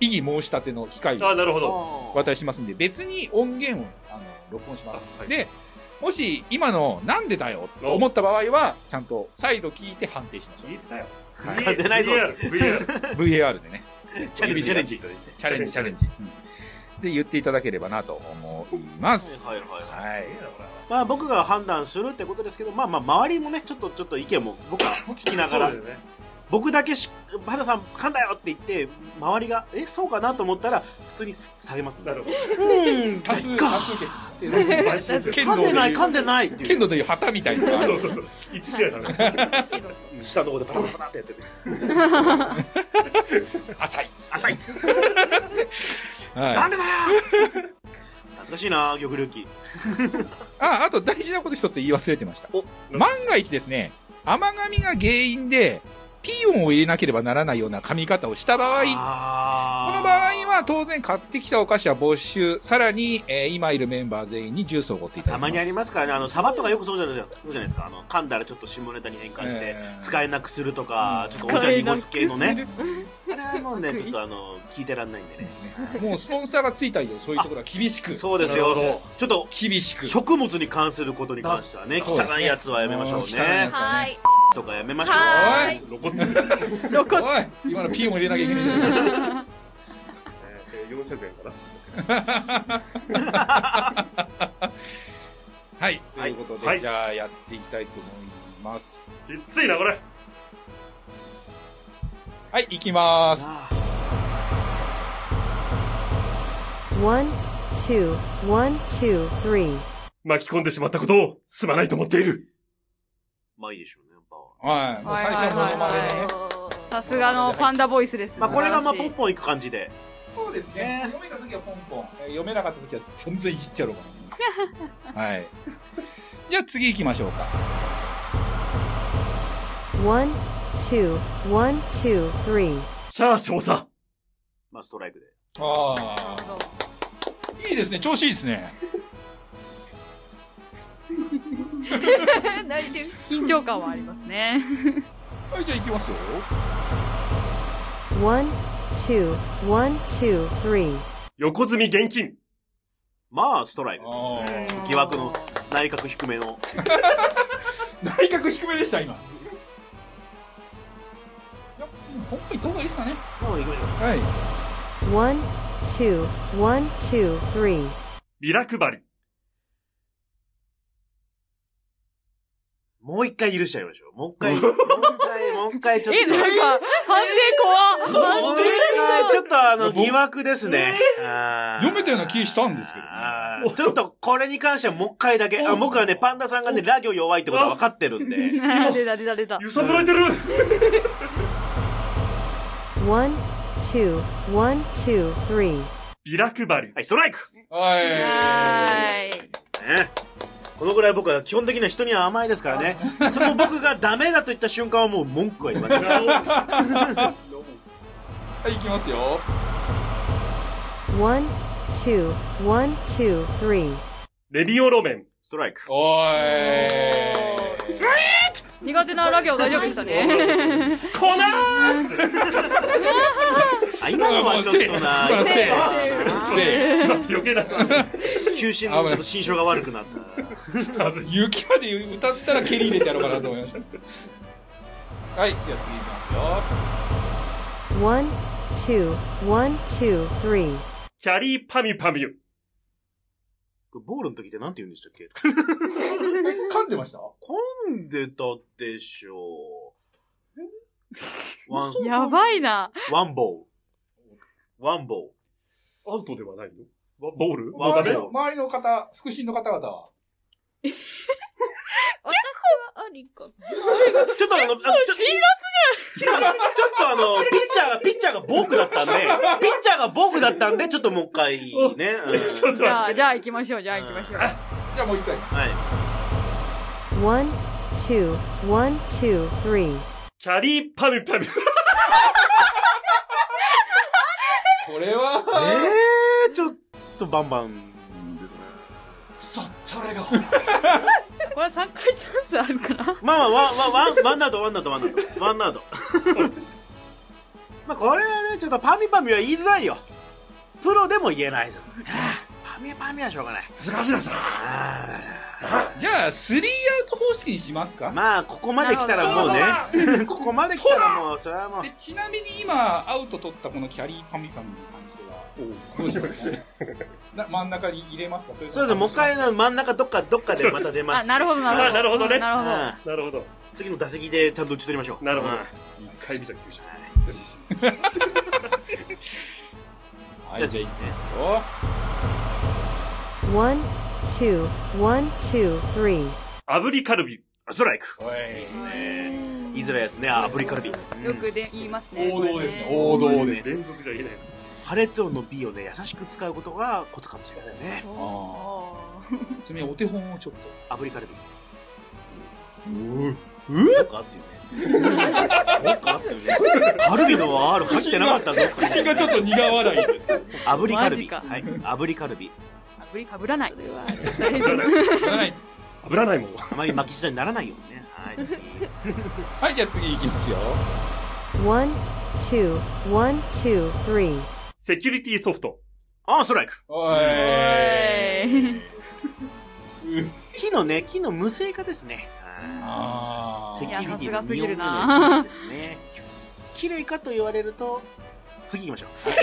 [SPEAKER 1] 異議申し立ての機会
[SPEAKER 6] たあー
[SPEAKER 1] を
[SPEAKER 6] なるほど
[SPEAKER 1] お
[SPEAKER 2] あ
[SPEAKER 1] 渡ししますんで、別に音源を、あの、録音します。
[SPEAKER 6] あはい
[SPEAKER 1] で、もし、今の、なんでだよ、と思った場合は、ちゃんと、再度聞いて判定しましょ
[SPEAKER 6] いいだよ
[SPEAKER 2] 勝てないぞ
[SPEAKER 6] VR VR
[SPEAKER 1] う。VAR でね。
[SPEAKER 2] チャレンジチャレンジ
[SPEAKER 1] チャレンジ、チャレンジ。うんで、言っていただければなと思います。
[SPEAKER 2] はいはいはい
[SPEAKER 1] はい。
[SPEAKER 2] まあ僕が判断するってことですけど、まあまあ周りもね、ちょっとちょっと意見も僕は聞きながら
[SPEAKER 6] そう、だよね
[SPEAKER 2] 僕だけし、パンダさん噛んだよって言って、周りが、え、そうかなと思ったら、普通にす下げますね
[SPEAKER 6] な。 るほど
[SPEAKER 2] うん、
[SPEAKER 1] 多
[SPEAKER 2] ガ
[SPEAKER 1] 数、
[SPEAKER 2] ッ
[SPEAKER 1] 多
[SPEAKER 2] ガ
[SPEAKER 1] 数決。
[SPEAKER 2] ってね
[SPEAKER 6] 配信する
[SPEAKER 1] 剣
[SPEAKER 2] 噛
[SPEAKER 1] 道
[SPEAKER 2] んでな
[SPEAKER 1] で
[SPEAKER 2] い、
[SPEAKER 1] いう
[SPEAKER 2] 噛んでないってい
[SPEAKER 1] 剣
[SPEAKER 2] う。
[SPEAKER 1] 道という旗みたいな。
[SPEAKER 6] そうそうそう一試合だね
[SPEAKER 2] 下の方でパラパラパラってや ってる。
[SPEAKER 1] 浅い。
[SPEAKER 2] 浅いっつって
[SPEAKER 1] はい。
[SPEAKER 2] なんでだよ 懐かしいな、玉竜記。
[SPEAKER 1] あ、あと大事なこと一つ言い忘れてました
[SPEAKER 2] お。
[SPEAKER 1] 万が一ですね、甘髪が原因で、ピーヨンを入れなければならないような噛み方をした場合、こ
[SPEAKER 2] あー
[SPEAKER 1] の場合は当然買ってきたお菓子は没収、さらに、えー今いるメンバー全員にジュースをおごっていただ
[SPEAKER 2] た
[SPEAKER 1] きます。
[SPEAKER 2] まにあり
[SPEAKER 1] す。
[SPEAKER 2] ますからね、あの、サバとかよくそうじゃないですか。そうじゃないですか。あの、噛んだらちょっと下ネタに変換して、
[SPEAKER 1] えー
[SPEAKER 2] 使えなくするとか、
[SPEAKER 1] うん
[SPEAKER 2] ちょっとお茶濁す系のね。
[SPEAKER 3] 使
[SPEAKER 2] あれはもうね、ちょっとあの、聞いてらんないんでね。
[SPEAKER 1] もうスポンサーがついた以上、そういうところは厳しく。
[SPEAKER 2] そうです
[SPEAKER 6] なる
[SPEAKER 2] よ
[SPEAKER 6] ほ。
[SPEAKER 2] ちょっと、
[SPEAKER 1] 厳しく。
[SPEAKER 2] 食物に関することに関してはね、
[SPEAKER 1] そうですね
[SPEAKER 2] 汚いやつはやめましょう
[SPEAKER 1] も汚いや
[SPEAKER 2] ね
[SPEAKER 1] つ。
[SPEAKER 8] はーい
[SPEAKER 2] とかやめましょう。
[SPEAKER 8] は
[SPEAKER 1] おい
[SPEAKER 6] 露骨
[SPEAKER 1] おい今のピーヨンを入れなきゃいけない。
[SPEAKER 6] えー40 400円かな。
[SPEAKER 1] はい、ということで、
[SPEAKER 6] はい
[SPEAKER 1] じゃあやっていきたいと思います。
[SPEAKER 6] きついな、これ。
[SPEAKER 1] はい、いきます。
[SPEAKER 9] One, two, one, two, three.
[SPEAKER 6] 巻き込んでしまったことをすまないと思っている。
[SPEAKER 2] まあいいでしょうね、やっぱ。
[SPEAKER 1] はい、もう最初のモノマネでね。
[SPEAKER 3] さすがのパンダボイスです。
[SPEAKER 2] まあこれがまあポン
[SPEAKER 3] ッ
[SPEAKER 2] ポンいく感じで。
[SPEAKER 1] そうですね。読めた時はポンポン。えー読めなかった時は全然いじっちゃろうか な。はい。じゃあ次行きましょうか。
[SPEAKER 9] One, two, one, two, three.
[SPEAKER 6] シャー少佐。
[SPEAKER 2] まあストライクで。
[SPEAKER 1] ああ。いいですね。調子いいですね。
[SPEAKER 3] 緊張感はありますね。
[SPEAKER 1] はい、じゃあ行きますよ。
[SPEAKER 9] One, two, one, two, three.
[SPEAKER 6] 横積み現金。
[SPEAKER 2] まあストライク。
[SPEAKER 1] あー
[SPEAKER 2] 疑惑の内角低めの。
[SPEAKER 1] 内角低めでした、今。いや、ポンポン行った方がいいですかね。
[SPEAKER 2] もう行きましょう
[SPEAKER 1] はい。
[SPEAKER 9] One, two, one, two, three.
[SPEAKER 6] ビラ配り。
[SPEAKER 2] もう一回許しちゃいましょう。もう一回、もう一回、もう一回ちょっ
[SPEAKER 3] え、
[SPEAKER 2] と。
[SPEAKER 3] なんか、判定怖っ
[SPEAKER 2] もう一回、ちょっとあの、疑惑ですね。
[SPEAKER 1] 読めたような気したんですけどね
[SPEAKER 2] あーちょっとこれに関してはもう一回だけ。あ僕はね、パンダさんがね、ラ行弱いってことは分かってるんで。
[SPEAKER 3] あ出た出た出た。
[SPEAKER 6] 揺さぶられてる。
[SPEAKER 9] One, two, one, two, three.
[SPEAKER 6] ビラ配り。
[SPEAKER 2] はい、ストライク、
[SPEAKER 1] はい。
[SPEAKER 3] はい。
[SPEAKER 2] ね、このぐらい僕は基本的には人には甘いですか らね。その僕がダメだと言った瞬間はもう文句は言いません。
[SPEAKER 1] はい、行きますよ。
[SPEAKER 9] One, two, one, two, three.
[SPEAKER 6] レミオロメン。
[SPEAKER 2] ストライク。
[SPEAKER 1] おーい。
[SPEAKER 3] 苦手なラ行大丈夫でしたね。
[SPEAKER 6] コナー
[SPEAKER 2] あ、今のはちょっとな、
[SPEAKER 1] 今のせい
[SPEAKER 6] せ しまって余計な。
[SPEAKER 2] 急進のちょっと心象が悪くなった。
[SPEAKER 1] 雪まで歌ったら蹴り入れてやろうかなと思いました。はい、じゃあ次行きますよ。
[SPEAKER 9] One, two, one, two, three.
[SPEAKER 6] キャリーパミュパミュ。
[SPEAKER 2] ボールの時ってなんて言うんでしたっけ
[SPEAKER 1] 噛んでました
[SPEAKER 2] 混んでたでしょう。ワン、
[SPEAKER 3] やばいな。
[SPEAKER 2] ワンボー。ワンボー。
[SPEAKER 6] アウトではないのわボール
[SPEAKER 2] わ
[SPEAKER 6] ダメ
[SPEAKER 1] 周りの周りの方、腹心の方々は。
[SPEAKER 8] ありか。
[SPEAKER 2] ちょっとあの、あちょちょちょっとあの、ピッチャーが、ピッチャーがボークだったんで、ピッチャーがボークだったんで、ちょっともう一回ね。うん
[SPEAKER 6] ちょっと
[SPEAKER 3] じゃ
[SPEAKER 6] 待
[SPEAKER 3] あ、
[SPEAKER 6] っ
[SPEAKER 3] じゃあ行きましょう。じゃあ行きましょう。
[SPEAKER 1] じゃあもう一回。
[SPEAKER 2] はい。
[SPEAKER 9] One, two, one, two, three.
[SPEAKER 6] キャリーパミュパミュ。
[SPEAKER 1] これは、
[SPEAKER 2] えー、ちょっとバンバンですね。
[SPEAKER 3] これ3回チャンスあるかな
[SPEAKER 2] まあまあ、ワン、ワン、ワン、ワンナード、ワンナード、ワンナード、ワンナード。 まあこれはね、ちょっとパミパミは言いづらいよ。プロでも言えないぞ。パミパミはしょうがない。
[SPEAKER 6] 難しいなさ。
[SPEAKER 1] じゃあ、スリーアウト方式にしますか、
[SPEAKER 2] まあ、ここまで来たらもうね、ここまで来たらもう、それはもう
[SPEAKER 1] で、ちなみに今、アウト取ったこのキャリーパミパミに関しては、どうしますかな真ん中に入れますかそれと
[SPEAKER 2] そうですもう一回な真ん中どっかどっかでまた出ま
[SPEAKER 3] あ、
[SPEAKER 2] す。
[SPEAKER 3] なるほどなるほど。
[SPEAKER 6] あなるほどね
[SPEAKER 3] うんなるほ
[SPEAKER 2] う
[SPEAKER 3] ど。
[SPEAKER 2] ん
[SPEAKER 6] なるほど。
[SPEAKER 2] 次の打席でちゃんと打ち取りましょう。
[SPEAKER 6] なるほど
[SPEAKER 2] うん。
[SPEAKER 6] 一回見た九州。
[SPEAKER 1] はい、じゃあ行きますよ。
[SPEAKER 9] One, two, one, two, three.
[SPEAKER 6] 炙りカルビ。
[SPEAKER 2] あストライク。
[SPEAKER 1] おい
[SPEAKER 2] 言いづらいですね。あ炙りカルビ。うん
[SPEAKER 3] よくで言いますね。
[SPEAKER 1] 王道ですね。
[SPEAKER 3] これ
[SPEAKER 1] 王道ですね。
[SPEAKER 6] 連続じゃ言えないです。
[SPEAKER 2] 破裂音の B をね、優しく使うことがコツかもしれませんね。
[SPEAKER 1] あ
[SPEAKER 3] あ
[SPEAKER 1] ーちなみにお手本をちょっと。
[SPEAKER 2] 炙りカルビ。
[SPEAKER 1] う
[SPEAKER 2] そうかっていうね。そうかっていうね。カルビの R 入ってなかったぞ。
[SPEAKER 1] 腹心がちょっと苦笑いですけど。
[SPEAKER 2] 炙りカルビ。
[SPEAKER 3] マジか
[SPEAKER 2] はい。炙りカルビ。
[SPEAKER 3] ー炙りかぶらない。
[SPEAKER 1] は い
[SPEAKER 6] 炙らないもん。
[SPEAKER 2] あまり巻き舌にならないようにね。はい。次
[SPEAKER 1] はい、じゃあ次行きますよ。
[SPEAKER 9] One, two, one, two, three.
[SPEAKER 6] セキュリティソフト。
[SPEAKER 2] あ、ストライク。
[SPEAKER 1] おい。
[SPEAKER 2] 木のね、木の無性化ですね。はい
[SPEAKER 1] あ
[SPEAKER 2] セキ
[SPEAKER 1] ー
[SPEAKER 2] ュリティの
[SPEAKER 3] いやさすがすぎるな
[SPEAKER 2] 匂いですね。綺麗かと言われると、次行きましょう。
[SPEAKER 1] は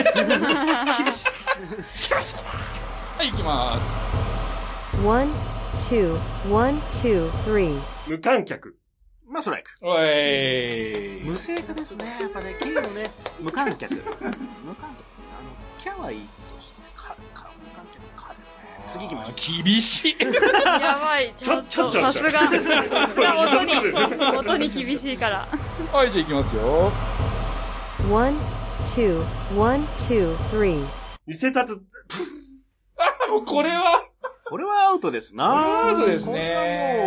[SPEAKER 1] い、行きます。
[SPEAKER 9] One, two, one, two, three.
[SPEAKER 6] 無観客。
[SPEAKER 2] まあ、ストライク。
[SPEAKER 1] おい。
[SPEAKER 2] 無声化ですね。やっぱね、キーのね、無観客。無観客。あの、キャはいいとして、か、か、無観客、かですね。次行きましょう。
[SPEAKER 1] う。厳しい。
[SPEAKER 3] やばい、ちょっと、
[SPEAKER 6] ちょちょ
[SPEAKER 3] さ
[SPEAKER 6] ち
[SPEAKER 3] す
[SPEAKER 6] ょ
[SPEAKER 3] が。さすが元に、元に厳しいから。
[SPEAKER 1] はい、じゃあ行きますよ。
[SPEAKER 9] One, two, one, two, three.
[SPEAKER 6] 偽札、
[SPEAKER 1] あ、もうこれは、
[SPEAKER 2] これはアウトですな
[SPEAKER 1] アウトですね
[SPEAKER 2] これ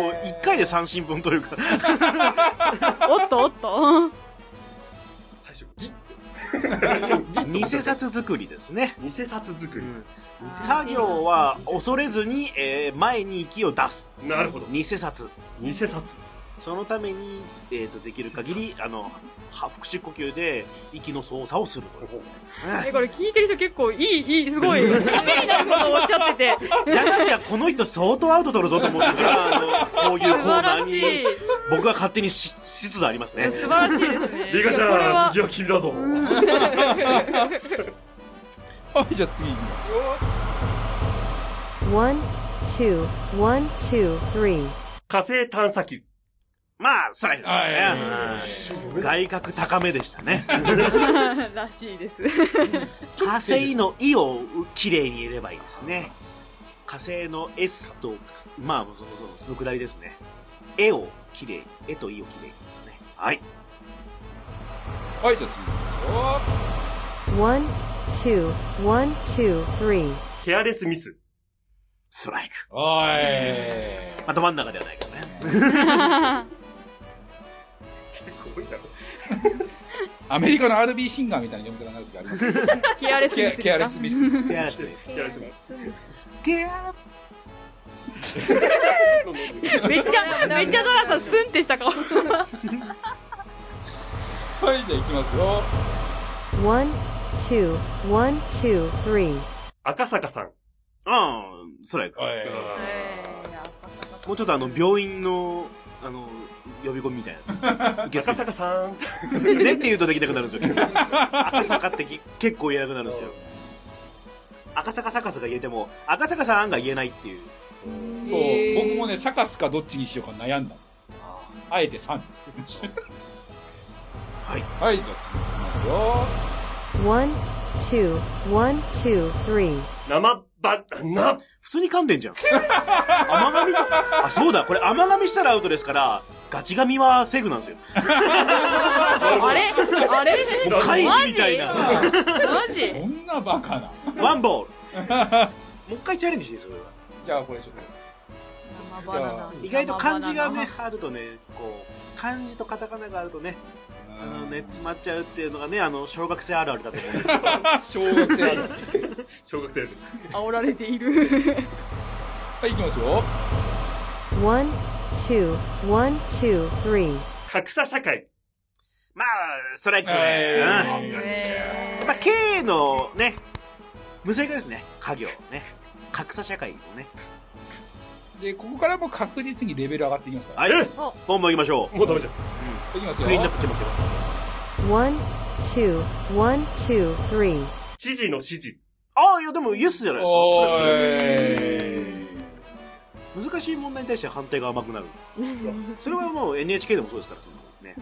[SPEAKER 2] はもう、一回で三振分というか。
[SPEAKER 3] おっとおっと。
[SPEAKER 6] 最初、ぎ
[SPEAKER 2] 偽札作りですね。
[SPEAKER 6] 偽札作り。
[SPEAKER 2] 作業は恐れずに、えー前に息を出す。
[SPEAKER 6] なるほど。
[SPEAKER 2] 偽札。
[SPEAKER 6] 偽札。
[SPEAKER 2] そのために、えー、とできる限りあのは腹式呼吸で息の操作をするという
[SPEAKER 3] え、これ聞いてる人結構いい、いい、すごい、ためになることをおっしゃってて、
[SPEAKER 2] じゃなきゃこの人相当アウト取るぞと思って からあのこういうコ
[SPEAKER 3] 素
[SPEAKER 2] ー
[SPEAKER 3] 晴
[SPEAKER 2] ナ
[SPEAKER 3] ら
[SPEAKER 2] ー
[SPEAKER 3] し
[SPEAKER 2] に
[SPEAKER 3] い。
[SPEAKER 2] 僕が勝手にししつつありますね
[SPEAKER 3] 素晴らしいですね。
[SPEAKER 6] リカち
[SPEAKER 3] いやこれ
[SPEAKER 6] ゃん、
[SPEAKER 3] は
[SPEAKER 6] 次は君だぞ。
[SPEAKER 1] はい、じゃあ次行きますよ。
[SPEAKER 9] One, two, one, two, three.
[SPEAKER 6] 火星探査機。
[SPEAKER 2] まあストライクです
[SPEAKER 1] はい
[SPEAKER 2] ねうん外角高めでした ね
[SPEAKER 3] らしいです。
[SPEAKER 2] 火星の「い」をきれいに入れればいいですね火星の「S」とまあそうそうそのくだりですね「絵をきれい「絵と「い」をきれいにですよねはい
[SPEAKER 1] はい、じゃあ次行きますよ。
[SPEAKER 9] One, two, one, two, three.
[SPEAKER 6] ケアレスミス。
[SPEAKER 2] ストライク
[SPEAKER 1] おい。
[SPEAKER 2] まあど真ん中ではないけどね
[SPEAKER 6] 結構多いな。
[SPEAKER 1] アメリカの RB シンガーみたいな読み方になる時ありますけど
[SPEAKER 3] ケアレスミ
[SPEAKER 1] ケ
[SPEAKER 3] ス
[SPEAKER 1] アケアレスミス。
[SPEAKER 2] ケアレスミス
[SPEAKER 6] ケアレスミ
[SPEAKER 2] ケア
[SPEAKER 6] ス。
[SPEAKER 3] めっちゃ、めっちゃドラさん、スンってした顔。
[SPEAKER 1] はい、じゃあ行きますよ。
[SPEAKER 9] One, two, one, two, three.
[SPEAKER 6] 赤坂さん。
[SPEAKER 2] うん、ストライク。
[SPEAKER 1] おい。
[SPEAKER 2] もうちょっとあの、病院の、あの、呼び込みみたいな。受
[SPEAKER 6] 赤
[SPEAKER 2] 付
[SPEAKER 6] 坂さん。
[SPEAKER 2] ねって言うとできなくなるんですよ。赤坂ってき結構言えなくなるんですよ。赤坂サカスが言えても、赤坂さんが言えないっていう。
[SPEAKER 1] そう、僕もね、サカスかどっちにしようか悩んだんです。あえて3です。
[SPEAKER 2] はい。
[SPEAKER 1] はい、じゃあ次行きますよ。
[SPEAKER 9] One, two, one, two, three.
[SPEAKER 6] 生ば、な、
[SPEAKER 2] 普通に噛んでんじゃん。甘噛みとか。あ、そうだ、これ甘噛みしたらアウトですから、ガチ噛みはセーフなんですよ。
[SPEAKER 3] あれあれ
[SPEAKER 2] もう開始みたいな。
[SPEAKER 3] マジ
[SPEAKER 1] そんなバカな。
[SPEAKER 2] ワンボール。もう一回チャレンジしていいですよ、それは
[SPEAKER 1] じゃあこれちょっと。
[SPEAKER 5] バナナ
[SPEAKER 2] 意外と漢字がね、あるとね、こう、漢字とカタカナがあるとね、あのね、詰まっちゃうっていうのがね、あの、小学生あるあるだと思うんですけど。
[SPEAKER 1] 小学 生ある。
[SPEAKER 6] 小学生。
[SPEAKER 3] 煽られている。
[SPEAKER 1] はい、行きますよ。
[SPEAKER 9] One, two, one, two, three.
[SPEAKER 6] 格差社会。
[SPEAKER 2] まあ、ストライクね。うん
[SPEAKER 1] え
[SPEAKER 2] やっぱ、K のね、無性化ですね。家業ね。格差社会のね。
[SPEAKER 1] ーで、ここからもう確実にレベル上がっていきますから。
[SPEAKER 2] はい。ボンボン行きましょ
[SPEAKER 6] もうダメじゃん。
[SPEAKER 1] いきます
[SPEAKER 2] う。
[SPEAKER 1] よ。
[SPEAKER 2] クリーンナップ来ますよ。
[SPEAKER 9] One, two, one, two, three.
[SPEAKER 6] 知事の指示。
[SPEAKER 2] ああ、いや、でも、イエスじゃないです
[SPEAKER 1] お
[SPEAKER 2] か。
[SPEAKER 1] ーい。
[SPEAKER 2] 難しい問題に対して判定が甘くなる。それはもう NHK でもそうですから、ね。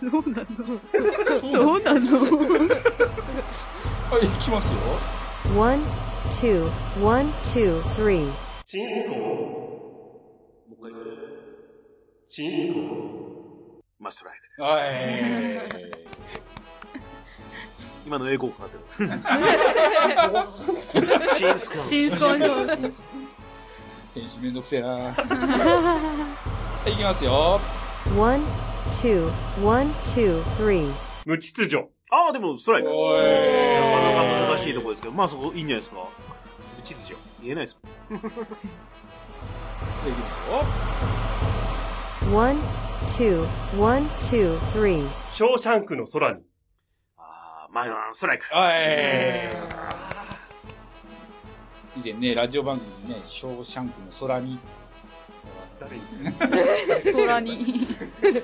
[SPEAKER 3] そうなのそうなの
[SPEAKER 1] はい、行きますよ。
[SPEAKER 9] One, two, one, two, three.
[SPEAKER 6] チンスコ
[SPEAKER 2] もう一回言って
[SPEAKER 6] チンスコ
[SPEAKER 2] まあ、ストライクで。
[SPEAKER 1] はい。
[SPEAKER 2] 今の英語かかってる。 チンスコン。
[SPEAKER 3] 真相の。
[SPEAKER 1] 編集めんどくせえな。はい、行きますよ。
[SPEAKER 9] One, two, one, two, three.
[SPEAKER 6] 無秩序。
[SPEAKER 2] ああ、でも、ストライク。な
[SPEAKER 1] おい。
[SPEAKER 2] かなか難しいところですけど、まあそこいいんじゃないですか。無秩序。言えないですもん。
[SPEAKER 1] 行きますよ。
[SPEAKER 9] One, two, one, two, three.
[SPEAKER 6] ショーシャンクの空 に。
[SPEAKER 2] ああ、まあ、ストライク。
[SPEAKER 1] はい。以前ね、ラジオ番組ね、ショーシャンクの空に、
[SPEAKER 6] 誰に
[SPEAKER 3] 空に。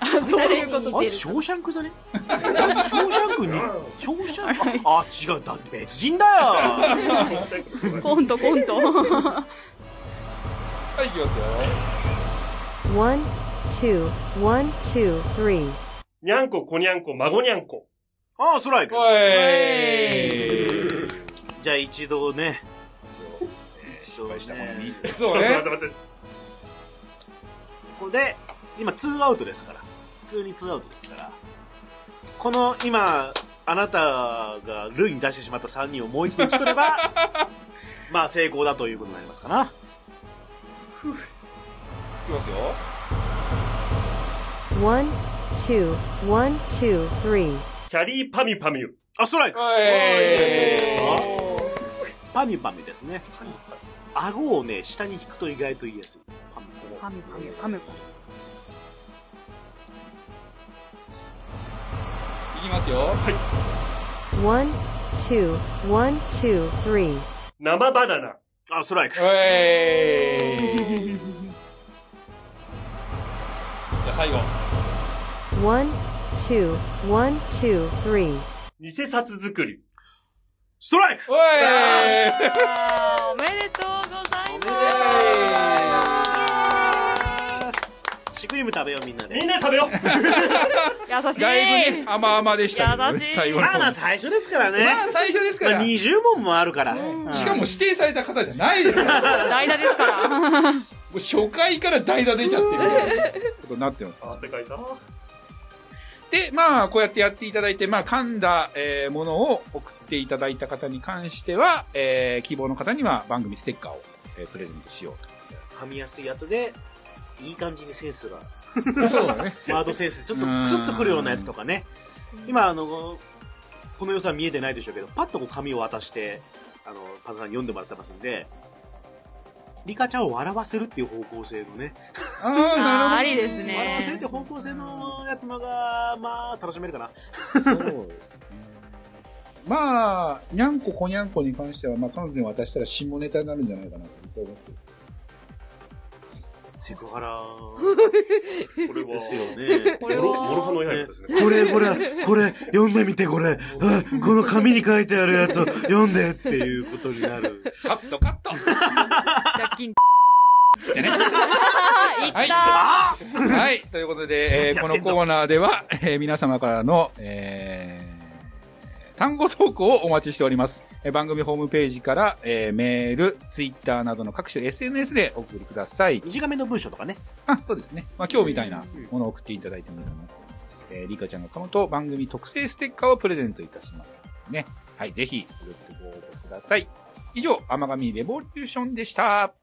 [SPEAKER 3] あそういうこと
[SPEAKER 2] あいつショーシャンクだねあいつショーシャンクにショーシャンクあ違うだって別人だよ
[SPEAKER 3] コントコント。
[SPEAKER 1] はい、いきますよ。
[SPEAKER 9] One, two, one, two, three.
[SPEAKER 6] にゃんこ、こにゃんこ、孫にゃんこ。
[SPEAKER 2] ああそらいく
[SPEAKER 1] お
[SPEAKER 3] い
[SPEAKER 1] い
[SPEAKER 2] じゃあ一度ね
[SPEAKER 1] 失敗したこの
[SPEAKER 2] ね
[SPEAKER 1] 3つ
[SPEAKER 6] ちょっ
[SPEAKER 1] を
[SPEAKER 6] と待っ
[SPEAKER 1] ね
[SPEAKER 6] て。待って。
[SPEAKER 2] ここで今ツーアウトですから普通にツーアウトですからこの今あなたが塁に出してしまった3人をもう一度打ち取れ ばまあ成功だということになりますかない
[SPEAKER 1] きますよ。
[SPEAKER 9] One, two, one, two, three.
[SPEAKER 6] キャリーパミュパミュ。
[SPEAKER 2] あストライク
[SPEAKER 1] おい
[SPEAKER 2] パミュパミュですね顎をね下に引くと意外と言いやすいパミュ
[SPEAKER 5] パミパミパミパミ
[SPEAKER 1] いきますよ。
[SPEAKER 9] One, two, one, two, three.
[SPEAKER 6] 生バナナ。
[SPEAKER 2] あストライク
[SPEAKER 1] おいじゃあ最後。
[SPEAKER 9] One, two, one, two, three.
[SPEAKER 6] 偽札作り。
[SPEAKER 2] ストライク
[SPEAKER 1] おい
[SPEAKER 3] あーおめでとうございます。
[SPEAKER 2] シュクリーム食べようみんなで
[SPEAKER 6] みんなで食 べよう
[SPEAKER 3] 優しい。
[SPEAKER 1] だいぶね、甘々でしたけど
[SPEAKER 3] 優
[SPEAKER 1] ね
[SPEAKER 3] しい
[SPEAKER 1] 最後の
[SPEAKER 2] まあ
[SPEAKER 1] 方。
[SPEAKER 2] まあ最初ですから
[SPEAKER 1] ま
[SPEAKER 2] ね
[SPEAKER 1] あ、最初ですか
[SPEAKER 2] ま
[SPEAKER 1] ら
[SPEAKER 2] あ。20問もあるから
[SPEAKER 1] しかも指定された方じゃないですから。も
[SPEAKER 3] 代打ですから。
[SPEAKER 1] う初回から代打出ちゃってることになってます。
[SPEAKER 6] 汗かいた。
[SPEAKER 1] で、まあ、こうやってやっていただいて、まあ、噛んだ、えーものを送っていただいた方に関しては、えー希望の方には番組ステッカーを、えープレゼントしよ
[SPEAKER 2] 噛みやすいやつでいい感じにセンスが
[SPEAKER 1] うと。そうだね。
[SPEAKER 2] ワードセンスちょっとクスッとくるようなやつとかね今あのこの良さ見えてないでしょうけどパッとこう紙を渡してあのパズさんに読んでもらってますんでリカちゃんを笑わせるっていう方向性のね
[SPEAKER 1] ああ、な
[SPEAKER 3] あーありです
[SPEAKER 2] 笑わせるっ
[SPEAKER 3] ね
[SPEAKER 2] て。いう方向性のやつのがまあ楽しめるかな
[SPEAKER 1] そうですね。まあ、にゃんここにゃんこに関しては、まあ、彼女に渡したら下ネタになるんじゃないかなと僕は思ってるんです
[SPEAKER 2] セクハ ラ
[SPEAKER 6] これは。
[SPEAKER 2] ですよね
[SPEAKER 3] こ
[SPEAKER 6] モ
[SPEAKER 3] れ
[SPEAKER 6] ロ、
[SPEAKER 3] は
[SPEAKER 6] モロハの刃ですね。
[SPEAKER 2] これこれこれ読んでみてこれこの紙に書いてあるやつを読んでっていうことになる
[SPEAKER 1] カットカット
[SPEAKER 3] ジャッキン。
[SPEAKER 1] つってね。
[SPEAKER 3] いった
[SPEAKER 1] はい。ということで、えーこのコーナーでは、えー皆様からの、えー単語投稿をお待ちしております。えー番組ホームページから、えーメール、ツイッターなどの各種 SNS でお送りください。
[SPEAKER 2] 短めの文章とかね
[SPEAKER 1] あ、 そうですね。まあ、今日みたいなものを送っていただいてもいいかなと思います。えー、リカちゃんがこのと番組特製ステッカーをプレゼントいたしますのでね。はい、ぜひ、ご応募ください。以上、甘神レボリューションでした。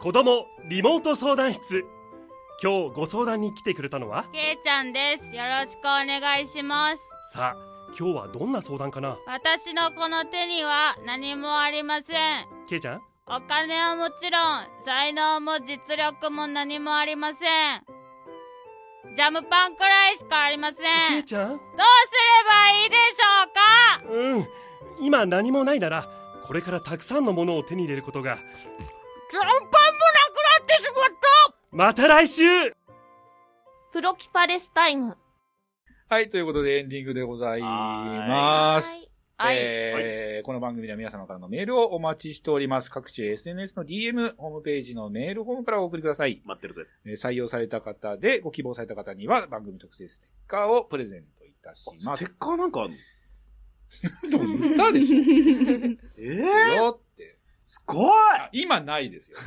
[SPEAKER 6] 子供リモート相談室。今日ご相談に来てくれたのは
[SPEAKER 8] けいちゃんですよろしくお願いします
[SPEAKER 6] さあ、今日はどんな相談かな
[SPEAKER 8] 私のこの手には何もありません
[SPEAKER 6] ケイちゃん
[SPEAKER 8] お金はもちろん才能も実力も何もありませんジャムパンくらいしかありませんどう
[SPEAKER 6] ケイ
[SPEAKER 8] す
[SPEAKER 6] ちゃん
[SPEAKER 8] ればいいでしょうか
[SPEAKER 6] うん。今何もないなら、これからたくさんのものを手に入れることが、
[SPEAKER 8] ジャムパンもなくなってしまった
[SPEAKER 6] また来週
[SPEAKER 8] プロキパレスタイム
[SPEAKER 1] はい、ということでエンディングでございます。
[SPEAKER 3] はい。
[SPEAKER 1] えーこの番組では皆様からのメールをお待ちしております。各種 SNS の DM、ホームページのメールフォームからお送りください。
[SPEAKER 2] 待ってるぜ
[SPEAKER 1] えー採用された方で、ご希望された方には番組特製ステッカーをプレゼントいたしま
[SPEAKER 2] ス
[SPEAKER 1] す
[SPEAKER 2] テッ。カーなんかあんの
[SPEAKER 1] でも言ったでしょ
[SPEAKER 2] え
[SPEAKER 1] いい
[SPEAKER 2] ー、
[SPEAKER 1] よって。
[SPEAKER 2] すごい
[SPEAKER 1] あ今ないですよ。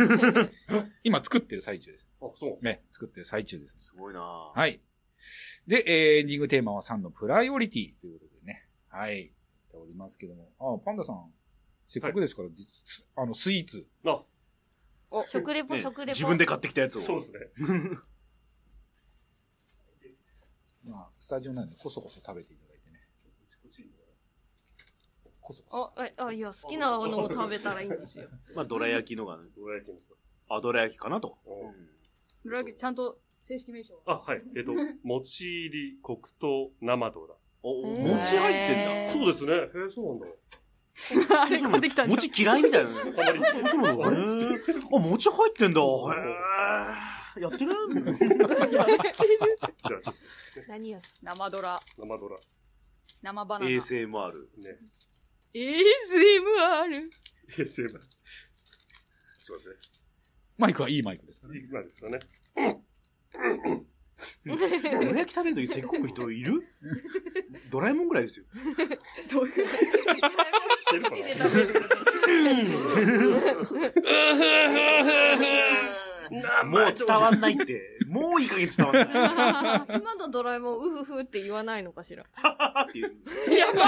[SPEAKER 1] 今作ってる最中です。
[SPEAKER 6] あ、そう。
[SPEAKER 1] ね、作ってる最中です。
[SPEAKER 2] すごいなぁ
[SPEAKER 1] はい。で、えーエンディングテーマは3のプライオリティということでね。はい。やっておりますけども。あ、パンダさん、せっかくですから、じすあの、スイーツ。
[SPEAKER 6] あ、
[SPEAKER 3] 食レポ、
[SPEAKER 2] ね
[SPEAKER 3] 食レポ。
[SPEAKER 2] 自分で買ってきたやつを。
[SPEAKER 6] そうですね。
[SPEAKER 1] まあ、スタジオなんで、こそこそ食べていただいてね。こそこそ。
[SPEAKER 5] あ、えあ、いや、好きなのを食べたらいいんですよ。
[SPEAKER 2] まあ、どら焼きのがね。
[SPEAKER 6] どら焼きの
[SPEAKER 2] あ、どら焼きかなと。
[SPEAKER 5] 村上ちゃんと正 式名称は。
[SPEAKER 6] あ、はい。えっと、もち入り黒糖生ドラ。
[SPEAKER 2] お、
[SPEAKER 3] へー
[SPEAKER 2] 餅入ってんだ。
[SPEAKER 6] そうですね。へえ、そうなんだ。
[SPEAKER 9] あれ買ってきたんじゃ ん。
[SPEAKER 2] 餅嫌いみたいなね。
[SPEAKER 6] あんまり。
[SPEAKER 2] そうなの
[SPEAKER 6] あ
[SPEAKER 2] あ
[SPEAKER 6] れ
[SPEAKER 2] あ、餅入って んだ。へえ。やってる
[SPEAKER 6] じゃあ、
[SPEAKER 3] 何や生ドラ、
[SPEAKER 6] 生ドラ。
[SPEAKER 3] 生バナナ。
[SPEAKER 2] ?ASMR。
[SPEAKER 6] ね。
[SPEAKER 9] ASMR。
[SPEAKER 6] 平成だ。そうですね。
[SPEAKER 1] マイクはいいマイクですからね。
[SPEAKER 6] 今ですよね。
[SPEAKER 2] どら焼き食べるときせっこく人いるドラえもんぐらいですよ。
[SPEAKER 9] どういう
[SPEAKER 6] してるかな
[SPEAKER 2] もう伝わんないって。もういい加減伝わんない。
[SPEAKER 3] 今のドラえもん、うふふって言わないのかしら。
[SPEAKER 2] っていう
[SPEAKER 9] やば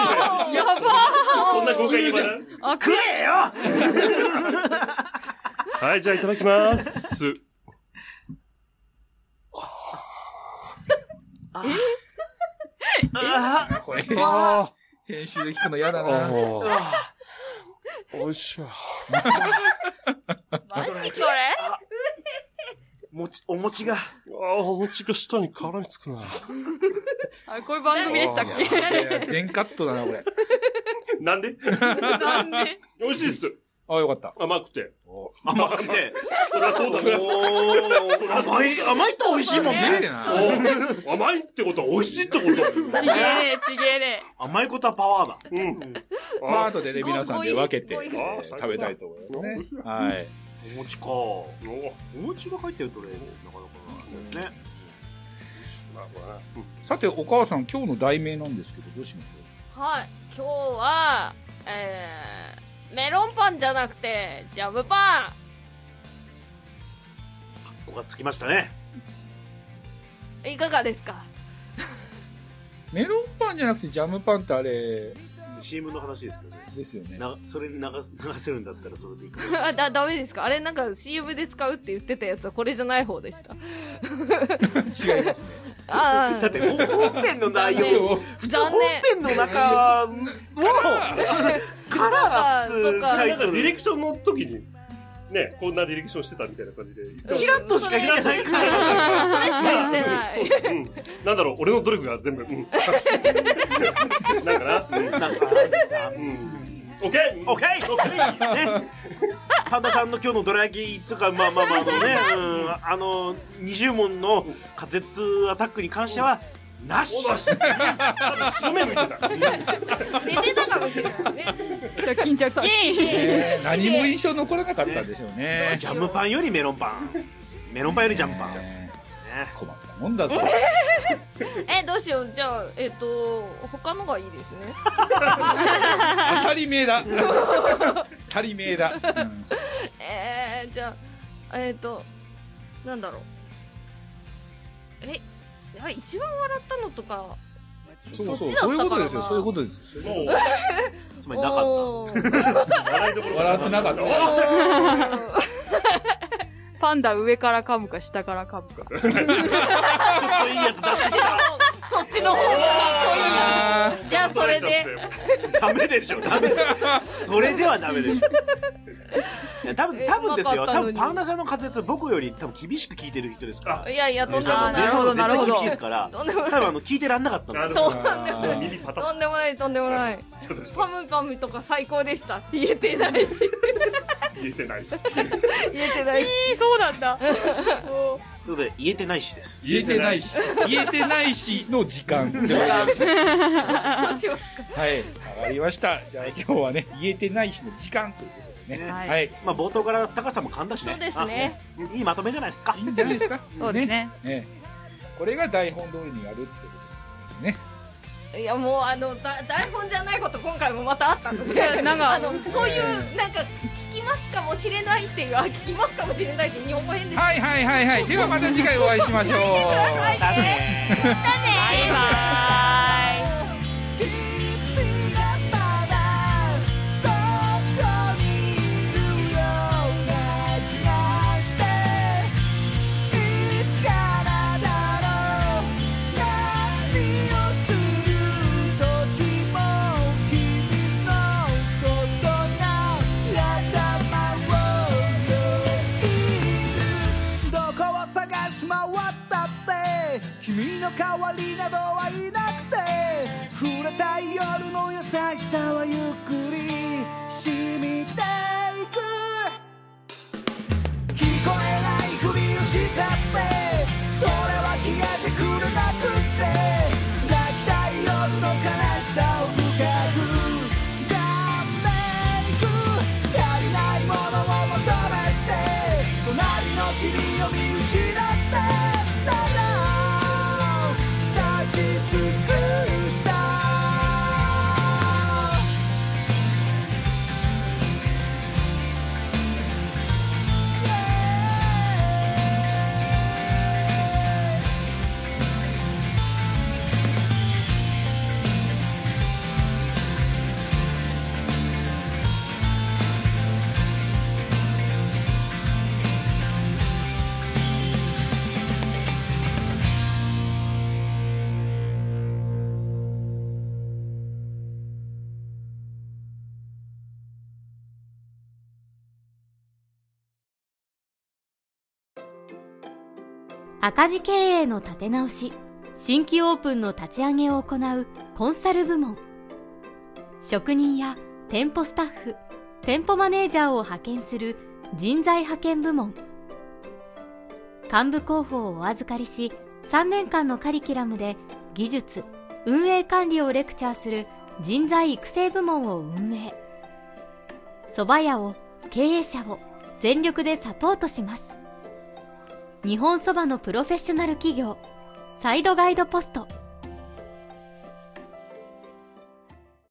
[SPEAKER 9] やば
[SPEAKER 6] そんな誤解言わない
[SPEAKER 9] あ、
[SPEAKER 2] 食えよ
[SPEAKER 6] はい、じゃあいただきます。
[SPEAKER 2] あー
[SPEAKER 1] これ、編集で聞くの嫌だな。
[SPEAKER 2] あ
[SPEAKER 10] おいしょ。
[SPEAKER 9] マジこれ
[SPEAKER 2] 餅、お餅が。
[SPEAKER 10] ああ、お餅が舌に絡みつくな。
[SPEAKER 9] あ、こういう番組でしたっ
[SPEAKER 1] いやいや全カットだな、これ。
[SPEAKER 6] なんで
[SPEAKER 9] けなんで
[SPEAKER 6] 美味しいっす。
[SPEAKER 1] あ、よかった。
[SPEAKER 6] 甘くて。
[SPEAKER 2] 甘くて。
[SPEAKER 6] そりゃそうだね。
[SPEAKER 2] おー甘い、甘いと美味しいもんね。
[SPEAKER 1] ええな。
[SPEAKER 6] お 甘いってことは美味しいってことだ
[SPEAKER 9] ちげえ ねちげえね
[SPEAKER 2] 甘いことはパワーだ。
[SPEAKER 6] うん。
[SPEAKER 1] まあ、後でね、皆さんで分けて、
[SPEAKER 3] ご
[SPEAKER 1] え
[SPEAKER 3] い
[SPEAKER 6] ごい
[SPEAKER 1] ー食べたいと思いますね。はい。
[SPEAKER 2] お餅か。お
[SPEAKER 6] おお
[SPEAKER 2] 餅が入ってるとね、なかなかないね。
[SPEAKER 6] まあまあ
[SPEAKER 1] さて、お母さん、今日の題名なんですけど、どうしましょ
[SPEAKER 3] はい。今日は、えー、メロンパンじゃなくて、ジャムパ
[SPEAKER 2] ここがつきましたね。
[SPEAKER 3] ンいかがですか
[SPEAKER 1] う。メロンパンじゃなくてジャムパンってあれ、
[SPEAKER 2] CM の話ですけどね。
[SPEAKER 1] ですよね。
[SPEAKER 2] な、それに流す、流せるんだったらそれでいいかな。
[SPEAKER 3] あだ、ダメですかあれなんか CM で使うって言ってたやつはこれじゃない方でした。
[SPEAKER 1] 違いますね。
[SPEAKER 3] あ
[SPEAKER 2] だって本編の内容、普通
[SPEAKER 3] 残
[SPEAKER 2] 本
[SPEAKER 3] 念
[SPEAKER 2] 編の中を、から普通タ
[SPEAKER 6] な
[SPEAKER 2] イ
[SPEAKER 6] んか
[SPEAKER 2] ト
[SPEAKER 6] ディレク
[SPEAKER 2] ル、
[SPEAKER 6] ションの時に、ね、こんなディレクションしてたみたいな感じで。
[SPEAKER 2] チラッとしか言ってないから、
[SPEAKER 3] あ、それしか言って ない。
[SPEAKER 6] うん。なんだろう、俺の努力が全部。 うん。なんかな。うん
[SPEAKER 2] なんか、
[SPEAKER 6] うん。オッケー
[SPEAKER 2] オッケーオッケーね。パンダさんの今日のドラ焼きとか、まあまあまあ、あの ね、うん、あの、20問の滑舌アタックに関しては、なし
[SPEAKER 6] おだし。多分白目向いて た。
[SPEAKER 3] 寝てたかもしれないね。
[SPEAKER 9] じゃあ、巾着さ ん。
[SPEAKER 1] ねえ何も印象残らなかったんでしょうね。
[SPEAKER 2] ジャムパンよりメロンパン。メロンパンよりジャムパン。ね
[SPEAKER 1] ねえ困ったもんだぞ。
[SPEAKER 3] え、どうしよう。じゃあ、えっ、と、他のがいいですね。
[SPEAKER 1] 当たり前 だ。当たり前だ。うん
[SPEAKER 3] えー、じゃあ、えっ、と、なんだろう。え、あれ、一番笑ったのとか、
[SPEAKER 1] そう
[SPEAKER 3] そ
[SPEAKER 1] そ
[SPEAKER 3] っ
[SPEAKER 1] う、
[SPEAKER 3] ちだったかな
[SPEAKER 1] そういうことですよ。そういうことですよ。
[SPEAKER 6] もう、
[SPEAKER 2] つまりなかっ
[SPEAKER 3] おー
[SPEAKER 6] 笑いどころ
[SPEAKER 1] 笑ってなかった
[SPEAKER 6] お
[SPEAKER 9] パンダ上から噛むか下から噛むか。
[SPEAKER 2] た。ちょっといいやつ出して
[SPEAKER 3] そっちの方がかっ
[SPEAKER 1] あ
[SPEAKER 3] こいい。じゃあ、それで。。
[SPEAKER 2] きた。ダメでしょ、ダメでそれではダメでしょ。いや多分、多分です
[SPEAKER 3] う
[SPEAKER 2] よ。
[SPEAKER 3] まか
[SPEAKER 2] 多
[SPEAKER 3] ったの
[SPEAKER 2] 分、
[SPEAKER 3] に
[SPEAKER 2] パンダさんの滑舌、僕より多分厳しく聞いてる人ですから。
[SPEAKER 3] いやいや、とんでも
[SPEAKER 2] あ
[SPEAKER 3] ない。
[SPEAKER 9] ほどなるほど
[SPEAKER 2] 絶対厳しいですから。
[SPEAKER 3] とんでも
[SPEAKER 2] 多
[SPEAKER 3] ない。
[SPEAKER 2] 分あの聞いてらんなかった
[SPEAKER 6] な
[SPEAKER 2] の。
[SPEAKER 6] る
[SPEAKER 2] で
[SPEAKER 6] ほど。
[SPEAKER 1] ー
[SPEAKER 6] 耳パタッ
[SPEAKER 3] とんでもない、とんでもない。
[SPEAKER 6] そうそうそう
[SPEAKER 3] パムパムとか最高でしたって言えてないし。
[SPEAKER 6] 言えてないし。
[SPEAKER 3] 言えてないし。
[SPEAKER 9] いい、そうなんだ。もう
[SPEAKER 2] ということで言えてないしです。
[SPEAKER 1] 言えてないし、言えてないしの時間でございます。
[SPEAKER 3] そうします
[SPEAKER 1] はい、わかりました。じゃあ今日はね、言えてないしの時間ということでね。
[SPEAKER 2] ね
[SPEAKER 1] はい、
[SPEAKER 2] まあ冒頭から高さんも噛んだしね。
[SPEAKER 3] そうですね
[SPEAKER 2] あ。いいまとめじゃないですか
[SPEAKER 1] い。いんじゃないですか。
[SPEAKER 11] そうですね。
[SPEAKER 1] ねこれが台本通りにやるってことですね。
[SPEAKER 3] いやもうあのだ台本じゃないこと今回もまたあったので
[SPEAKER 9] やなんか
[SPEAKER 3] あのそういうなんか聞きますかもしれないっていうあ聞きますかもしれないって日本語変です
[SPEAKER 1] はいはいはいはい。ではまた次回お会いしましょう。
[SPEAKER 2] だね。
[SPEAKER 9] バイバーイ。
[SPEAKER 12] どこを探し回ったって君の代わりなどはいなくて
[SPEAKER 13] 失ったなら立ち尽くした
[SPEAKER 14] 赤字経営の立て直し新規オープンの立ち上げを行うコンサル部門職人や店舗スタッフ店舗マネージャーを派遣する人材派遣部門幹部候補をお預かりし3年間のカリキュラムで技術運営管理をレクチャーする人材育成部門を運営蕎麦屋を経営者を全力でサポートします日本そばのプロフェッショナル企業サイドガイドポスト